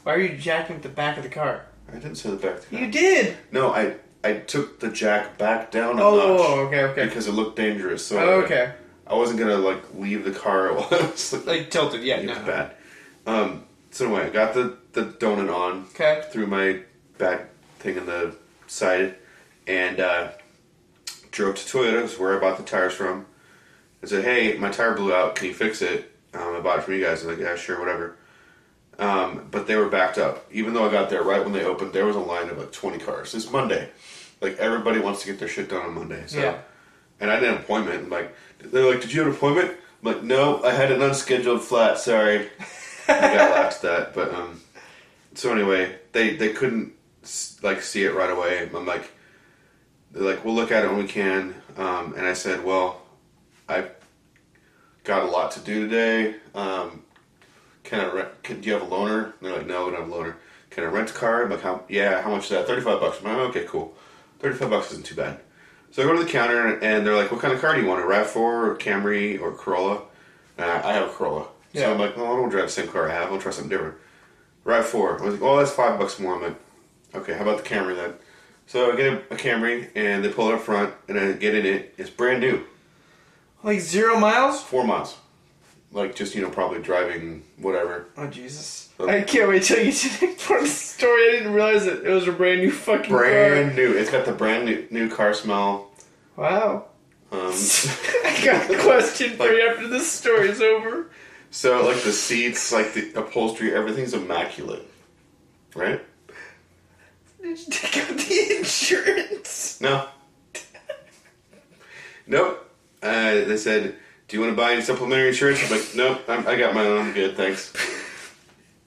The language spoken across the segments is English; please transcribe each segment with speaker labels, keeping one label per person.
Speaker 1: Why are you jacking up the back of the car?
Speaker 2: I didn't say the back. tire.
Speaker 1: You did!
Speaker 2: No, I I took the jack back down a
Speaker 1: Oh,
Speaker 2: notch
Speaker 1: okay, okay.
Speaker 2: because it looked dangerous. So
Speaker 1: Oh,
Speaker 2: I-
Speaker 1: okay.
Speaker 2: I wasn't gonna like leave the car. It was like,
Speaker 1: Like tilted, yeah,
Speaker 2: it was
Speaker 1: no.
Speaker 2: bad. Um, so anyway, I got the the donut on.
Speaker 1: Okay.
Speaker 2: Through my back thing in the side, and uh, drove to Toyota's where I bought the tires from. I said, "Hey, my tire blew out. Can you fix it?" Um, I bought it from you guys. And like, "Yeah, sure, whatever." Um, but they were backed up. Even though I got there right when they opened, there was a line of like 20 cars. It's Monday. Like everybody wants to get their shit done on Monday. So,
Speaker 1: Yeah.
Speaker 2: and I had an appointment. And like they're like, "Did you have an appointment?" I'm like, "No, I had an unscheduled flat. Sorry." I got laughed at, but um, so anyway, they they couldn't s- like see it right away. I'm like, they're like, we'll look at it when we can. Um, and I said, well, I got a lot to do today. Um, can I rent? Can, do you have a loaner? And they're like, no, we don't have a loaner. Can I rent a car? I'm like, how? Yeah, how much is that? Thirty-five bucks. I'm like, "Oh, okay, cool. Thirty-five bucks isn't too bad. So I go to the counter and they're like, what kind of car do you want? A Rav4 or Camry or Corolla? And I, I have a Corolla.
Speaker 1: Yeah.
Speaker 2: So I'm like, well, I don't want to drive the same car I have. I'll try something different. Rav4. I was like, oh, that's five bucks more. I'm like, okay, how about the Camry then? So I get a, a Camry and they pull it up front and I get in it. It's brand new.
Speaker 1: Like zero miles?
Speaker 2: Four miles. Like just, you know, probably driving whatever.
Speaker 1: Oh Jesus! I can't wait till you tell the part of the story. I didn't realize it. It was a brand new fucking
Speaker 2: Brand new. It's got the brand new, new car smell.
Speaker 1: car. Wow.
Speaker 2: Um,
Speaker 1: I got a question for you after this story's over.
Speaker 2: so like the seats, like the upholstery, everything's immaculate. Right?
Speaker 1: Did you take out the insurance?
Speaker 2: No. nope. Uh, they said, "Do you want to buy any supplementary insurance?" I'm like, "Nope, I'm, I got my own. I'm good, thanks."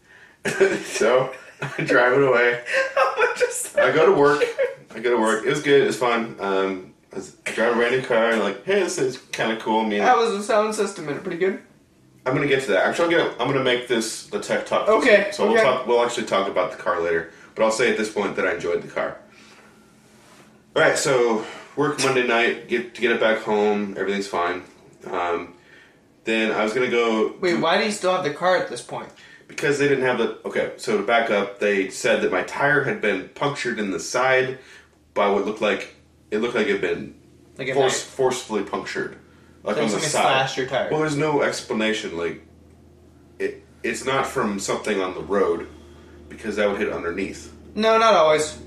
Speaker 2: so I drive it away.
Speaker 1: How much is that?
Speaker 2: I go to work. I go to work. It was good. It was fun. Um, I, was, I drive a brand new car and like, hey, this is kind of cool. I mean,
Speaker 1: How was the sound system in it? Pretty good.
Speaker 2: I'm gonna get to that. Actually, I'm gonna I'm gonna make this the tech talk.
Speaker 1: Okay,
Speaker 2: So
Speaker 1: okay.
Speaker 2: we'll talk. We'll actually talk about the car later. But I'll say at this point that I enjoyed the car. All right. So work Monday night. Get to get it back home. Everything's fine. Um, then I was gonna go
Speaker 1: Wait, why do you still have the car at this point?
Speaker 2: because they didn't have the okay so to back up they said that my tire had been punctured in the side by what looked like it looked like it had been
Speaker 1: Like a
Speaker 2: force,
Speaker 1: knife.
Speaker 2: forcefully punctured
Speaker 1: Like
Speaker 2: like on the
Speaker 1: somebody
Speaker 2: side
Speaker 1: slashed your tire.
Speaker 2: well there's no explanation like it it's not from something on the road because that would hit underneath
Speaker 1: No, not always.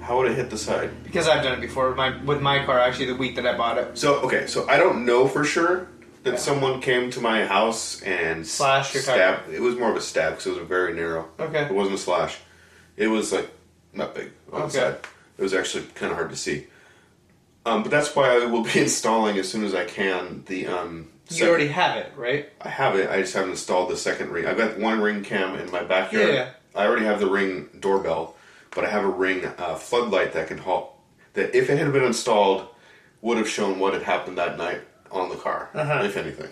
Speaker 2: how would it hit the side
Speaker 1: Because I've done it before with my with my car. Actually, the week that I bought it,
Speaker 2: so okay so i don't know for sure that
Speaker 1: Yeah.
Speaker 2: someone came to my house and
Speaker 1: Slashed your tire.
Speaker 2: stabbed. It was more of a stab because it was very narrow.
Speaker 1: Okay.
Speaker 2: It wasn't a slash. It was like not big on
Speaker 1: Okay.
Speaker 2: the side. It was actually kind of hard to see. Um, but that's why I will be installing as soon as I can the. Um,
Speaker 1: you
Speaker 2: sec-
Speaker 1: already have it, right?
Speaker 2: I have it. I just haven't installed the second ring. I've got one ring cam in my backyard.
Speaker 1: Yeah, yeah.
Speaker 2: I already have the ring doorbell, but I have a ring uh, floodlight that can halt. That if it had been installed, would have shown what had happened that night on the car,
Speaker 1: Uh-huh.
Speaker 2: if anything.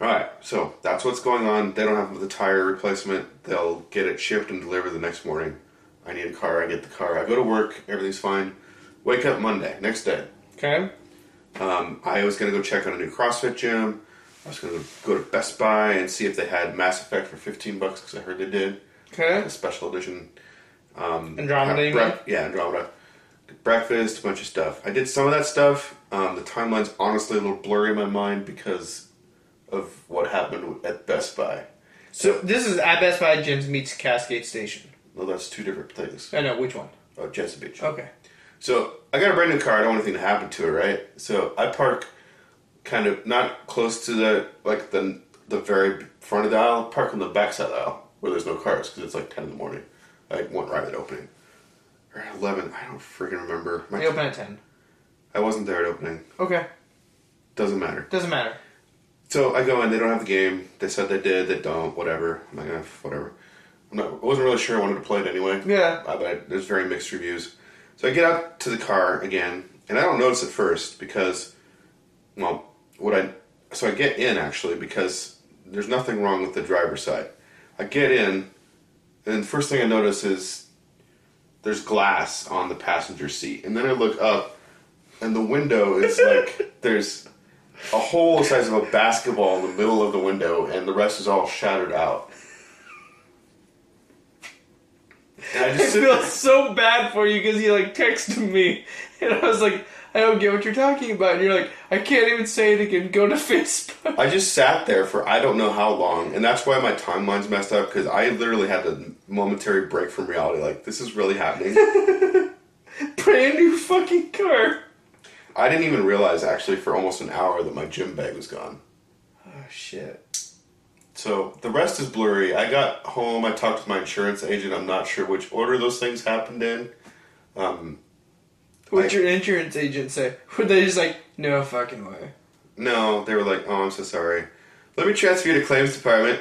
Speaker 2: All right, so that's what's going on. They don't have the tire replacement. They'll get it shipped and delivered the next morning. I need a car. I get the car. I go to work. Everything's fine. Wake up Monday, next day.
Speaker 1: Okay.
Speaker 2: Um, I was gonna go check on a new CrossFit gym. I was gonna go to Best Buy and see if they had Mass Effect for fifteen bucks because I heard they did
Speaker 1: Okay.
Speaker 2: a special edition. um,
Speaker 1: Andromeda.
Speaker 2: Have
Speaker 1: you mean?
Speaker 2: brec- yeah, Andromeda. Breakfast, a bunch of stuff. I did some of that stuff. Um, the timeline's honestly a little blurry in my mind because of what happened at Best Buy.
Speaker 1: So this is at Best Buy Jim's meets Cascade Station.
Speaker 2: Well, that's two different things.
Speaker 1: I know which one.
Speaker 2: Oh, Jetson Beach.
Speaker 1: Okay.
Speaker 2: So I got a brand new car. I don't want anything to happen to it, right? So I park kind of not close to the like the the very front of the aisle. Park on the backside of the aisle where there's no cars because it's like ten in the morning. Like one right at opening or eleven. I don't freaking remember.
Speaker 1: They
Speaker 2: My,
Speaker 1: open at ten.
Speaker 2: I wasn't there at opening.
Speaker 1: Okay.
Speaker 2: Doesn't matter.
Speaker 1: Doesn't matter.
Speaker 2: So I go in. They don't have the game. They said they did. They don't. Whatever. I'm like, eh, whatever. I'm not, I wasn't really sure I wanted to play it anyway.
Speaker 1: Yeah.
Speaker 2: Uh, but I, there's very mixed reviews. So I get out to the car again, and I don't notice at first because, well, what I so I get in actually because there's nothing wrong with the driver's side. I get in, and the first thing I notice is there's glass on the passenger seat, and then I look up, and the window is like there's a hole the size of a basketball in the middle of the window, and the rest is all shattered out. And I
Speaker 1: I
Speaker 2: just sit
Speaker 1: feel so bad for you because you like texted me, and I was like, I don't get what you're talking about. And you're like, I can't even say it again. Go to Facebook.
Speaker 2: I just sat there for I don't know how long, and that's why my timeline's messed up because I literally had a momentary break from reality. Like, this is really happening.
Speaker 1: Brand new fucking car.
Speaker 2: I I didn't even realize actually for almost an hour that my gym bag was gone.
Speaker 1: Oh shit.
Speaker 2: So the rest is blurry. I got home. I talked to my insurance agent. I'm not sure which order those things happened in. Um,
Speaker 1: What'd
Speaker 2: Like-
Speaker 1: your insurance agent say? Were they just like, no fucking way?
Speaker 2: no, they were like, "Oh, I'm so sorry. Let me transfer you to claims department."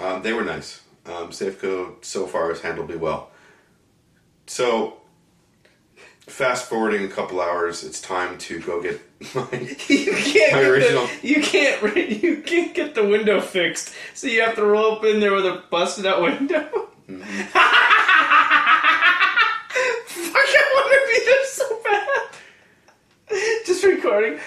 Speaker 2: Um, they were nice. Um, Safeco so far has handled me well. So, fast forwarding a couple hours, it's time to go get my
Speaker 1: You can't.
Speaker 2: My
Speaker 1: get the-
Speaker 2: original.
Speaker 1: you can't. re- You can't get the window fixed, so you have to roll up in there with a busted out window. Fuck! I want to be there so bad. Just recording.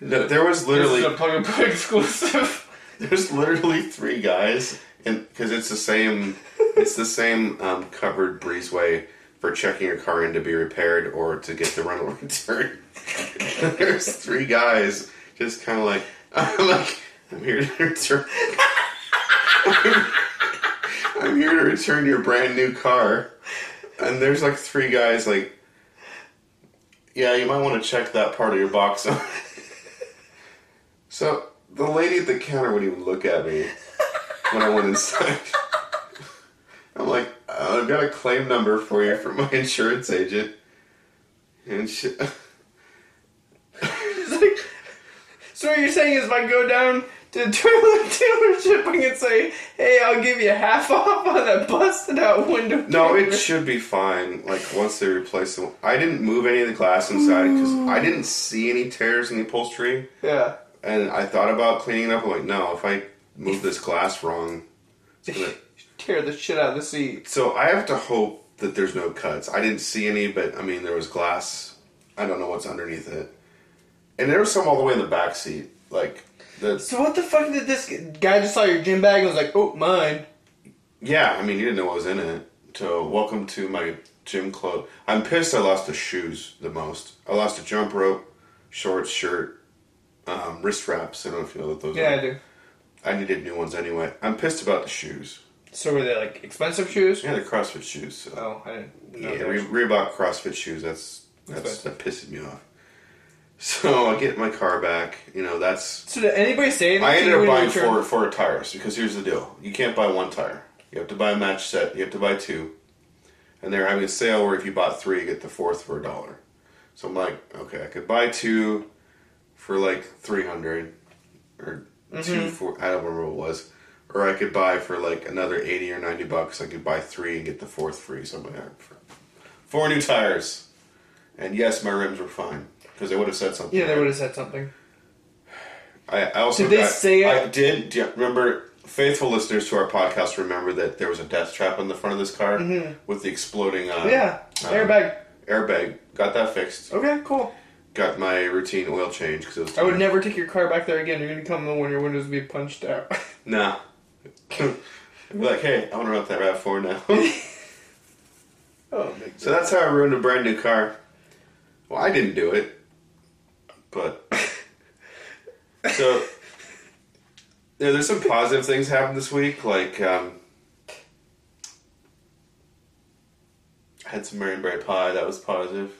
Speaker 2: No, there was
Speaker 1: This
Speaker 2: literally
Speaker 1: is a plug and play exclusive.
Speaker 2: there's literally three guys, and because it's the same, it's the same um, covered breezeway for checking your car in to be repaired or to get the rental return. there's three guys just kind of like I'm like I'm here to return. I'm here to return your brand new car, and there's like three guys like. Yeah, you might want to check that part of your box out. So the lady at the counter wouldn't even look at me when I went inside. I'm like, I've got a claim number for you from my insurance agent, and she,
Speaker 1: It's like, so what you're saying is, if I go down to the toilet dealership, I can say, "Hey, I'll give you half off on that busted out window."
Speaker 2: no, it
Speaker 1: cover."
Speaker 2: should be fine. Like once they replace the, I didn't move any of the glass inside because I didn't see any tears in the upholstery,
Speaker 1: yeah.
Speaker 2: and I thought about cleaning it up. I'm like, no, if I move this glass wrong, it's gonna
Speaker 1: Tear the shit out of the seat.
Speaker 2: So I have to hope that there's no cuts. I didn't see any, but I mean there was glass. I don't know what's underneath it, and there was some all the way in the back seat. Like that's
Speaker 1: So what the fuck did this guy just saw your gym bag and was like, "Oh, mine."
Speaker 2: yeah. I mean you didn't know what was in it. So welcome to my gym club. I'm pissed. I lost the shoes the most. I lost a jump rope, shorts, shirt, um, wrist wraps. I don't know if you know what those.
Speaker 1: Yeah,
Speaker 2: are.
Speaker 1: I do.
Speaker 2: I needed new ones anyway. I'm pissed about the shoes.
Speaker 1: So were they like expensive shoes?
Speaker 2: Yeah, the CrossFit shoes. So.
Speaker 1: Oh, I didn't. know
Speaker 2: Yeah,
Speaker 1: that.
Speaker 2: Re- Reebok CrossFit shoes. That's that's
Speaker 1: Expensive.
Speaker 2: that pisses me off. So I get my car back. You know, that's
Speaker 1: So did anybody say anything?
Speaker 2: I
Speaker 1: to
Speaker 2: ended
Speaker 1: you
Speaker 2: up
Speaker 1: when you
Speaker 2: buying
Speaker 1: returned?
Speaker 2: four four tires because here's the deal: you can't buy one tire. You have to buy a match set. You have to buy two, and they're having a sale where if you bought three, you get the fourth for a dollar. So I'm like, okay, I could buy two for like three hundred, or
Speaker 1: Mm-hmm.
Speaker 2: two for I don't remember what it was, or I could buy for like another eighty or ninety bucks. I could buy three and get the fourth free. So I'm like, all right, for- four new tires, and yes, my rims were fine because they would have said something.
Speaker 1: Yeah, they would have said something.
Speaker 2: I, I also
Speaker 1: Did they
Speaker 2: got-
Speaker 1: say it?
Speaker 2: I did. do you remember, faithful listeners to our podcast remember that there was a death trap on the front of this car with the exploding. Uh,
Speaker 1: Mm-hmm. Yeah,
Speaker 2: um,
Speaker 1: airbag.
Speaker 2: Airbag. Got that fixed.
Speaker 1: Okay, cool.
Speaker 2: Got my routine oil change because it was.
Speaker 1: I would
Speaker 2: time.
Speaker 1: never take your car back there again. You're gonna come in when your windows be punched out.
Speaker 2: Nah. I'd be like, hey, I want to run up that Rav Four now.
Speaker 1: oh, big
Speaker 2: so that's how I ruined a brand new car. Well, I didn't do it, but so yeah, there's some positive things happened this week. Like um, I had some Marionberry pie that was positive,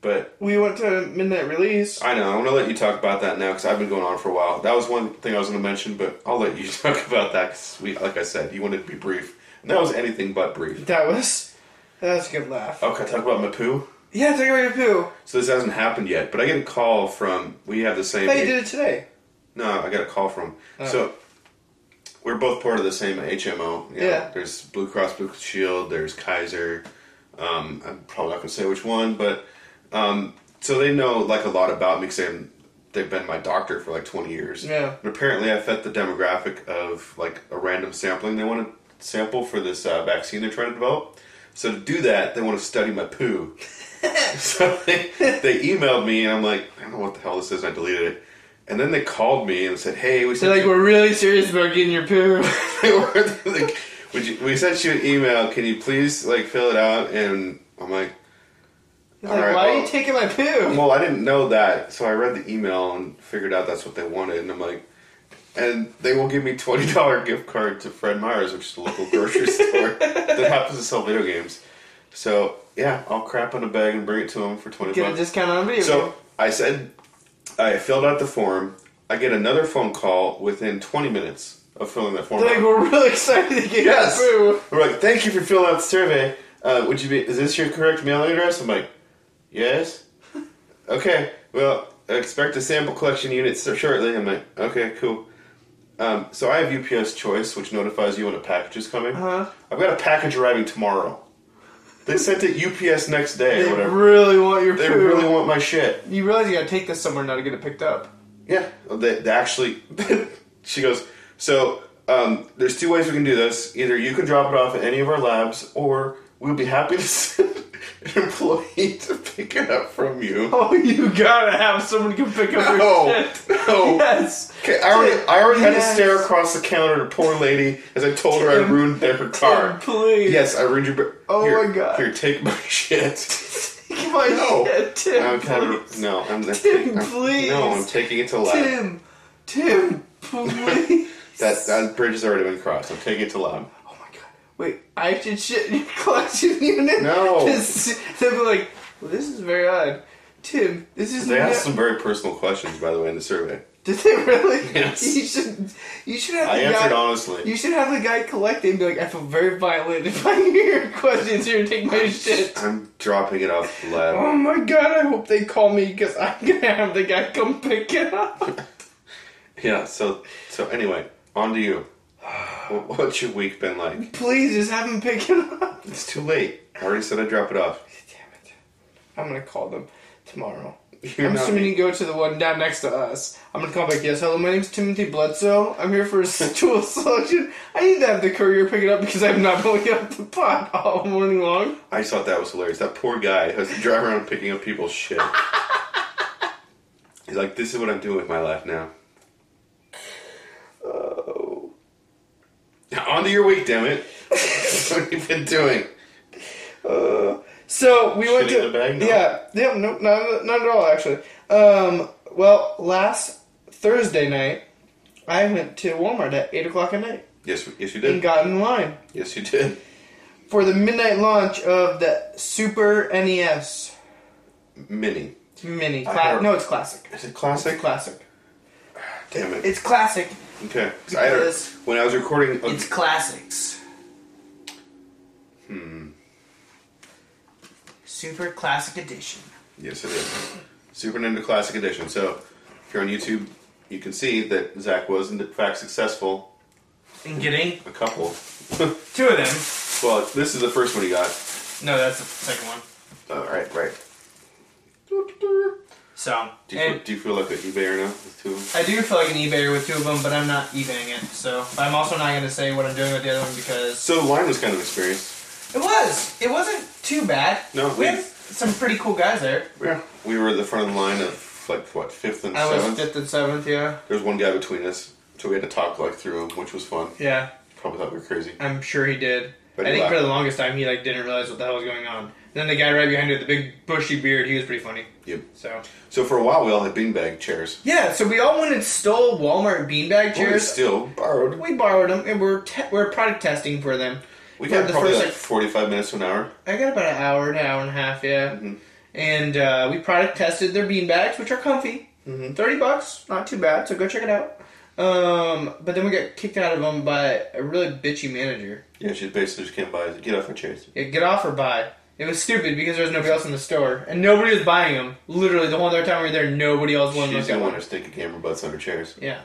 Speaker 2: but
Speaker 1: We went to midnight release.
Speaker 2: I know I want to let you talk about that now because I've been going on for a while. That was one thing I was going to mention, but I'll let you talk about that because we, like I said, you wanted to be brief, and that was anything but brief.
Speaker 1: That was that was a good laugh.
Speaker 2: Okay, talk about my poo.
Speaker 1: Yeah, take away your poo.
Speaker 2: So this hasn't happened yet, but I get a call from we have the
Speaker 1: I
Speaker 2: same.
Speaker 1: thought you did it today.
Speaker 2: No, I got a call from.
Speaker 1: Oh.
Speaker 2: So we're both part of the same HMO. you know.
Speaker 1: Yeah.
Speaker 2: There's Blue Cross Blue Shield. There's Kaiser. Um, I'm probably not gonna say which one, but um, so they know like a lot about me because they've, they've been my doctor for like 20 years.
Speaker 1: Yeah.
Speaker 2: And apparently, I fit the demographic of like a random sampling they want to sample for this uh, vaccine they're trying to develop. So to do that, they want to study my poo. so they, they emailed me, and I'm like, I don't know what the hell this is. And I deleted it. And then they called me and said, Hey, we
Speaker 1: They're
Speaker 2: said
Speaker 1: like, we're really serious about getting your poo.
Speaker 2: they were like, Would you, we sent you an email. Can you please like fill it out? And I'm like,
Speaker 1: like,
Speaker 2: "All right,
Speaker 1: why are
Speaker 2: well."
Speaker 1: you taking my poo?
Speaker 2: Well, I didn't know that, so I read the email and figured out that's what they wanted, and I'm like, and they will give me twenty dollar gift card to Fred Meyer's, which is a local grocery store that happens to sell video games. So yeah, I'll crap in a bag and bring it to him for twenty
Speaker 1: Get a
Speaker 2: bucks.
Speaker 1: discount on a video
Speaker 2: So I said, I filled out the form. I get another phone call within 20 minutes of filling that form.
Speaker 1: game. Like,
Speaker 2: out.
Speaker 1: we're really excited to get
Speaker 2: Yes.
Speaker 1: Boo.
Speaker 2: We're like, thank you for filling out the survey. Uh, would you be? Is this your correct mailing address? I'm like, yes. okay. Well, expect a sample collection unit so- shortly. I'm like, okay, cool. Um, so I have UPS Choice, which notifies you when a package is coming.
Speaker 1: Uh-huh.
Speaker 2: I've got a package arriving tomorrow. They sent it UPS next day.
Speaker 1: They
Speaker 2: or whatever.
Speaker 1: really want your
Speaker 2: they
Speaker 1: poo.
Speaker 2: really want my shit.
Speaker 1: you realize you gotta take this somewhere now to get it picked up.
Speaker 2: Yeah, Oh, they, they actually. she goes. So um, there's two ways we can do this. Either you can drop it off at any of our labs, or we'll be happy to send an employee to pick it up from you.
Speaker 1: Oh, you gotta have someone who can pick up
Speaker 2: No.
Speaker 1: your shit.
Speaker 2: No.
Speaker 1: Yes.
Speaker 2: Okay, I already, I already had to
Speaker 1: Yes.
Speaker 2: stare across the counter at a poor lady as I told her I
Speaker 1: Tim,
Speaker 2: ruined their car.
Speaker 1: Oh, please.
Speaker 2: Yes, I ruined your. br-
Speaker 1: Oh
Speaker 2: here,
Speaker 1: my God.
Speaker 2: Here, take my shit.
Speaker 1: Take my
Speaker 2: No.
Speaker 1: shit, Tim.
Speaker 2: I'm kind
Speaker 1: please.
Speaker 2: of, no, I'm,
Speaker 1: Tim,
Speaker 2: I'm-
Speaker 1: please.
Speaker 2: No, I'm taking it to lab.
Speaker 1: Tim, Tim, please.
Speaker 2: That that bridge has already been crossed. I'm taking it to lab.
Speaker 1: Oh my god. Wait, I should shit in your collection unit?
Speaker 2: No.
Speaker 1: Just- They'll be like, well, this is very odd. Tim, this is
Speaker 2: They
Speaker 1: not-
Speaker 2: asked some very personal questions, by the way, in the survey.
Speaker 1: Did they really?
Speaker 2: Yes.
Speaker 1: You should, you should have
Speaker 2: I
Speaker 1: the
Speaker 2: answered
Speaker 1: guy,
Speaker 2: honestly.
Speaker 1: You should have the guy collect it and be like, I feel very violated by your questions here and take my shit.
Speaker 2: I'm dropping it off the
Speaker 1: Oh
Speaker 2: lab.
Speaker 1: my god, I hope they call me because I'm gonna have the guy come pick it up.
Speaker 2: Yeah. So so anyway, on to you. Wh- What's your week been like?
Speaker 1: Please just have him pick it up.
Speaker 2: It's too late. I already said I'd drop it off.
Speaker 1: Damn it. I'm gonna call them tomorrow.
Speaker 2: You're
Speaker 1: I'm
Speaker 2: not
Speaker 1: assuming
Speaker 2: me.
Speaker 1: you go to the one down next to us. I'm gonna call back. Yes, hello. My name's Timothy Bledsoe. I'm here for a stool selection. I need to have the courier pick it up because I've not been looking up the pot all morning long.
Speaker 2: I just thought that was hilarious. That poor guy has to drive around picking up people's shit. He's like, this is what I'm doing with my life now.
Speaker 1: Oh,
Speaker 2: Now, on to your week, damn it. what have you been doing?
Speaker 1: uh, so we went
Speaker 2: Shitting
Speaker 1: to
Speaker 2: the bag? No.
Speaker 1: yeah, yeah, no, not, not at all actually. Um, well, last Thursday night, I went to Walmart at eight o'clock at night
Speaker 2: Yes, yes you
Speaker 1: and
Speaker 2: did.
Speaker 1: got in line
Speaker 2: Yes, you did.
Speaker 1: for the midnight launch of the Super NES
Speaker 2: Mini.
Speaker 1: Mini.
Speaker 2: I
Speaker 1: Cla-
Speaker 2: heard-
Speaker 1: no, it's classic.
Speaker 2: Is it
Speaker 1: It's
Speaker 2: classic?
Speaker 1: classic.
Speaker 2: damn it.
Speaker 1: It's classic.
Speaker 2: Okay. 'Cause I had a-
Speaker 1: Because-
Speaker 2: when I was recording, a-
Speaker 1: It's classics. Hmm. Super classic edition.
Speaker 2: yes, it is Super Nintendo Classic Edition. So, if you're on YouTube, you can see that Zach was in fact successful.
Speaker 1: And getting
Speaker 2: A couple.
Speaker 1: two of them.
Speaker 2: well, this is the first one he got.
Speaker 1: No, that's the second one. Oh,
Speaker 2: All right, right.
Speaker 1: So,
Speaker 2: Do you,
Speaker 1: and
Speaker 2: feel, do you feel like an eBayer now with two of them?
Speaker 1: I do feel like an eBayer with two of them, but I'm not eBaying it. So, but I'm also not going to say what I'm doing with the other one because
Speaker 2: So the line was kind of experienced.
Speaker 1: it was. It wasn't too bad.
Speaker 2: No,
Speaker 1: we
Speaker 2: we-
Speaker 1: had some pretty cool guys there.
Speaker 2: Yeah. We were at the front of the line of like what fifth and
Speaker 1: I was
Speaker 2: seventh.
Speaker 1: fifth and seventh. Yeah.
Speaker 2: There was one guy between us, so we had to talk like through him, which was fun.
Speaker 1: Yeah.
Speaker 2: Probably thought we were crazy.
Speaker 1: I'm sure he did.
Speaker 2: But
Speaker 1: I
Speaker 2: he
Speaker 1: think for
Speaker 2: laughed.
Speaker 1: the longest time he like didn't realize what the hell was going on. And then the guy right behind you with the big bushy beard, he was pretty funny.
Speaker 2: Yep.
Speaker 1: So
Speaker 2: So for a while, we all had beanbag chairs.
Speaker 1: yeah, so we all went and stole Walmart beanbag
Speaker 2: But we
Speaker 1: chairs.
Speaker 2: still borrowed.
Speaker 1: We borrowed them and we're te- we're product testing for them.
Speaker 2: We
Speaker 1: For
Speaker 2: got
Speaker 1: the
Speaker 2: probably
Speaker 1: first,
Speaker 2: like
Speaker 1: like-
Speaker 2: 45 minutes to an hour.
Speaker 1: I got about an hour, an hour and a half, yeah.
Speaker 2: Mm-hmm.
Speaker 1: And uh, we product tested their beanbags, which are comfy.
Speaker 2: Mm-hmm.
Speaker 1: Thirty bucks, not too bad. So go check it out. Um, but then we got kicked out of them by a really bitchy manager.
Speaker 2: Yeah, she basically just came by and said, get off my chairs.
Speaker 1: Yeah, get off or buy. It was stupid because there was nobody else in the store, and nobody was buying them. Literally, the whole entire time we were there, nobody else wanted to look
Speaker 2: She's the
Speaker 1: at
Speaker 2: one
Speaker 1: one.
Speaker 2: who stick a camera butts under chairs.
Speaker 1: Yeah,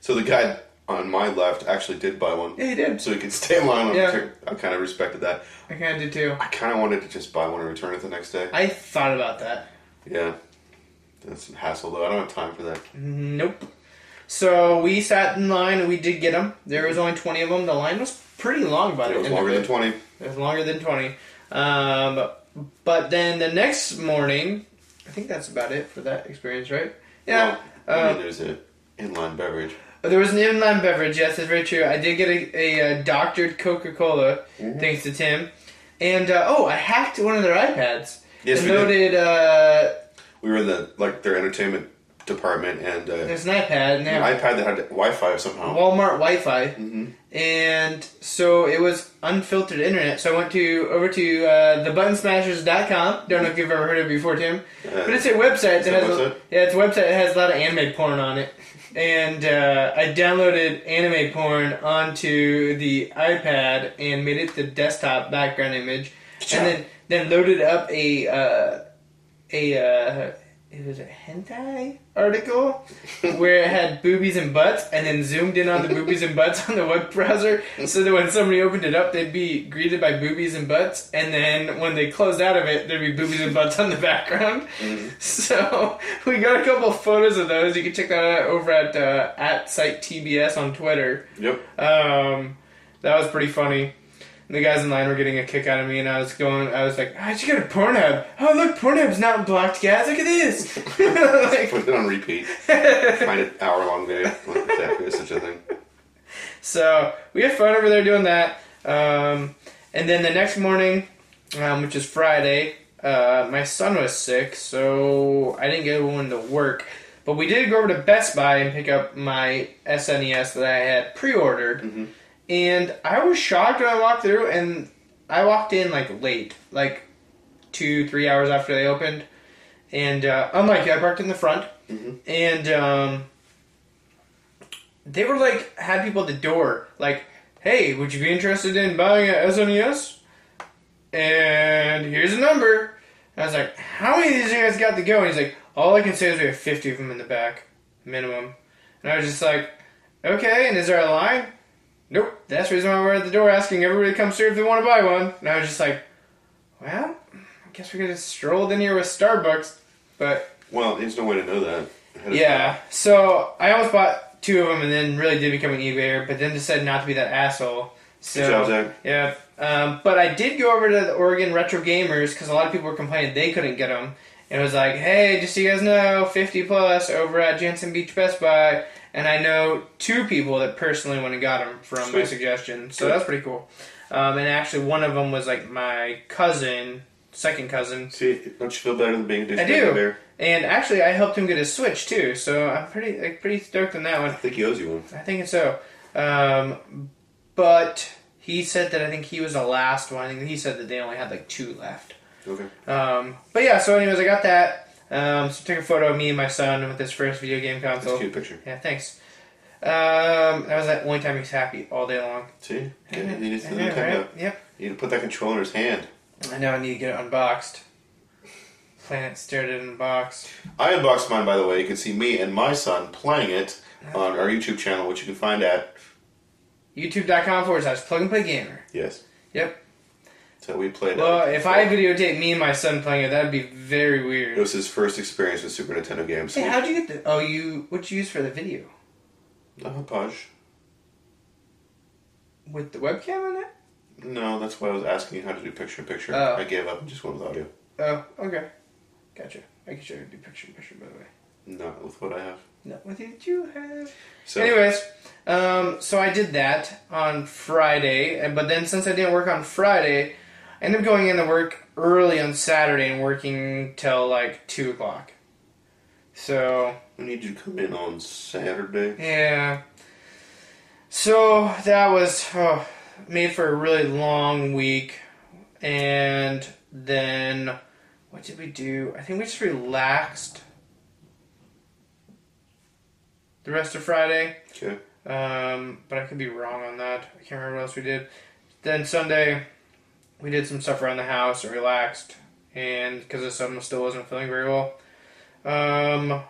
Speaker 2: So the guy on my left actually did buy one.
Speaker 1: yeah, he did.
Speaker 2: So he could stay in line on
Speaker 1: Yeah.
Speaker 2: the chair. I kind of respected that.
Speaker 1: I kind of did too.
Speaker 2: I kind of wanted to just buy one and return it the next day.
Speaker 1: I thought about that.
Speaker 2: yeah. That's a hassle, though. I don't have time for that.
Speaker 1: Nope. So we sat in line, and we did get them. There was only twenty of them. The line was pretty long, by the
Speaker 2: It
Speaker 1: way.
Speaker 2: was longer than 20.
Speaker 1: It was longer than twenty. Um, but then the next morning, I think that's about it for that experience, right? Yeah.
Speaker 2: Well, I
Speaker 1: um,
Speaker 2: mean, there's an inline beverage.
Speaker 1: Oh, There was an inline beverage. Yes, that's very true. I did get a, a, uh doctored Coca Cola, thanks to Tim. And uh, oh, I hacked one of their iPads.
Speaker 2: Yes,
Speaker 1: and
Speaker 2: we
Speaker 1: loaded,
Speaker 2: did.
Speaker 1: Uh,
Speaker 2: We were in the, like, their entertainment department and uh,
Speaker 1: There's an iPad and they
Speaker 2: an
Speaker 1: have
Speaker 2: iPad that had Wi-Fi somehow.
Speaker 1: Walmart Wi-Fi,
Speaker 2: Mm-hmm.
Speaker 1: and so it was unfiltered internet. So I went to over to uh, thebuttonsmashers.com. Don't know if you've ever heard of it before, Tim, but it's a website that
Speaker 2: it a
Speaker 1: has
Speaker 2: website?
Speaker 1: A, yeah, it's a website that has a lot of anime porn on it. And uh, I downloaded anime porn onto the iPad and made it the desktop background image, and then then loaded up a uh, a uh, it was a hentai article where it had boobies and butts and then zoomed in on the boobies and butts on the web browser so that when somebody opened it up they'd be greeted by boobies and butts and then when they closed out of it there'd be boobies and butts on the background so we got a couple photos of those you can check that out over at uh, at site tbs on twitter
Speaker 2: Yep.
Speaker 1: um, that was pretty funny. And the guys in line were getting a kick out of me, and I was going, I was like, "Ah, I should go to Pornhub. Oh, look, Pornhub's not blocked, guys. Look at this. Like,
Speaker 2: Put it on repeat. Find an hour-long video. Like that is such a thing.
Speaker 1: so we have fun over there doing that. Um, and then the next morning, um, which is Friday, uh, my son was sick, so I didn't go into work. But we did go over to Best Buy and pick up my SNES that I had pre-ordered. and I was shocked when I walked through, and I walked in like late, like two, three hours after they opened, and uh, unlike you, I parked in the front, and um, they were like had people at the door, like, "Hey, would you be interested in buying a SNES?" And here's a number. And I was like, "How many of these you guys got to go?" And he's like, "All I can say is we have fifty of them in the back, minimum." And I was just like, "Okay." And is there a line? Nope. That's the reason why we're at the door asking everybody to come through if they want to buy one. And I was just like, well, I guess we could have strolled in here with Starbucks. But
Speaker 2: Well, there's no way to know that. ahead of time.
Speaker 1: yeah, so I almost bought two of them and then really did become an eBayer, but then decided not to be that asshole. So,
Speaker 2: Good job, Zach.
Speaker 1: yeah. Um, but I did go over to the Oregon Retro Gamers because a lot of people were complaining they couldn't get them. And it was like, hey, just so you guys know, 50 plus over at Jensen Beach Best Buy. And I know two people that personally went and got them from my
Speaker 2: Sweet.
Speaker 1: suggestion. So
Speaker 2: Good.
Speaker 1: that's pretty cool. Um, and actually, one of them was like my cousin, second cousin.
Speaker 2: See, don't you feel better than being a douchebag
Speaker 1: I do.
Speaker 2: there?
Speaker 1: And actually, I helped him get his Switch too. So I'm pretty like, pretty stoked on that one.
Speaker 2: I think he owes you one.
Speaker 1: I think so. Um, but he said that I think he was the last one. I think he said that they only had like two left.
Speaker 2: Okay.
Speaker 1: Um, but yeah, so anyways, I got that. Um, so took a photo of me and my son with his first video game
Speaker 2: That's
Speaker 1: console.
Speaker 2: a cute picture.
Speaker 1: Yeah, thanks. Um, that was the only time he's happy all day long.
Speaker 2: See? Okay, you, need to,
Speaker 1: Yeah, right? Yep.
Speaker 2: you need to put that controller in his hand.
Speaker 1: I know I need to get it unboxed. Planet stared at it unboxed.
Speaker 2: I unboxed mine, by the way. You can see me and my son playing it on our YouTube channel, which you can find at.
Speaker 1: YouTube.com forward slash plug and play gamer.
Speaker 2: Yes.
Speaker 1: Yep.
Speaker 2: So we played
Speaker 1: Well,
Speaker 2: it.
Speaker 1: if I videotape me and my son playing it, that'd be very weird.
Speaker 2: It was his first experience with Super Nintendo games.
Speaker 1: Hey, how'd you get the? Oh, you what you use for the video
Speaker 2: The Hopage.
Speaker 1: with the webcam on it?
Speaker 2: No, that's why I was asking you how to do picture in picture.
Speaker 1: Oh.
Speaker 2: I gave up and just went with audio.
Speaker 1: Oh, okay, gotcha. I can show you the picture in picture by the way.
Speaker 2: Not with what I have.
Speaker 1: Not what did you have?
Speaker 2: So,
Speaker 1: Anyways, um, so I did that on Friday, and- but then since I didn't work on Friday, I ended up going into work early on Saturday and working till like two o'clock. So
Speaker 2: we need you to come in on Saturday.
Speaker 1: Yeah. So that was oh, made for a really long week, and then what did we do? I think we just relaxed the rest of Friday.
Speaker 2: Okay.
Speaker 1: Um, but I could be wrong on that. I can't remember what else we did. Then Sunday, we did some stuff around the house and relaxed, and because the son still wasn't feeling very well. Um,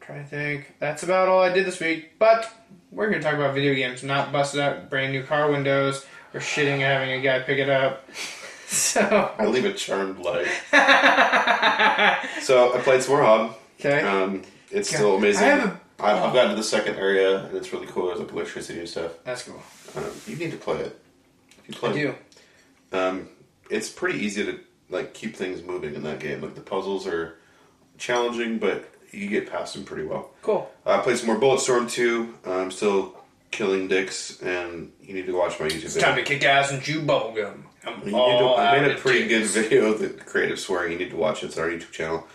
Speaker 1: trying to think. That's about all I did this week. But we're here to talk about video games, not busted out brand new car windows or shitting and having a guy pick it up. So
Speaker 2: I leave a charmed life. so I played some more Hob.
Speaker 1: okay.
Speaker 2: Um, it's
Speaker 1: God,
Speaker 2: still amazing.
Speaker 1: I
Speaker 2: I
Speaker 1: have
Speaker 2: I've, I've gotten to the second area, and it's really cool. There's like electricity and stuff.
Speaker 1: that's cool.
Speaker 2: Um, you need to play it. If you play
Speaker 1: I do.
Speaker 2: It, um, it's pretty easy to like keep things moving in that game. Like the puzzles are challenging, but you get past them pretty well.
Speaker 1: Cool.
Speaker 2: I played some more Bulletstorm 2. I'm still killing dicks, and you need to watch my YouTube
Speaker 1: Time to
Speaker 2: video.
Speaker 1: kick ass and chew bubblegum. I'm
Speaker 2: You need to-
Speaker 1: all
Speaker 2: I
Speaker 1: out
Speaker 2: made a
Speaker 1: of
Speaker 2: pretty
Speaker 1: juice.
Speaker 2: good video of the creative swearing. You need to watch it. It's on our YouTube channel.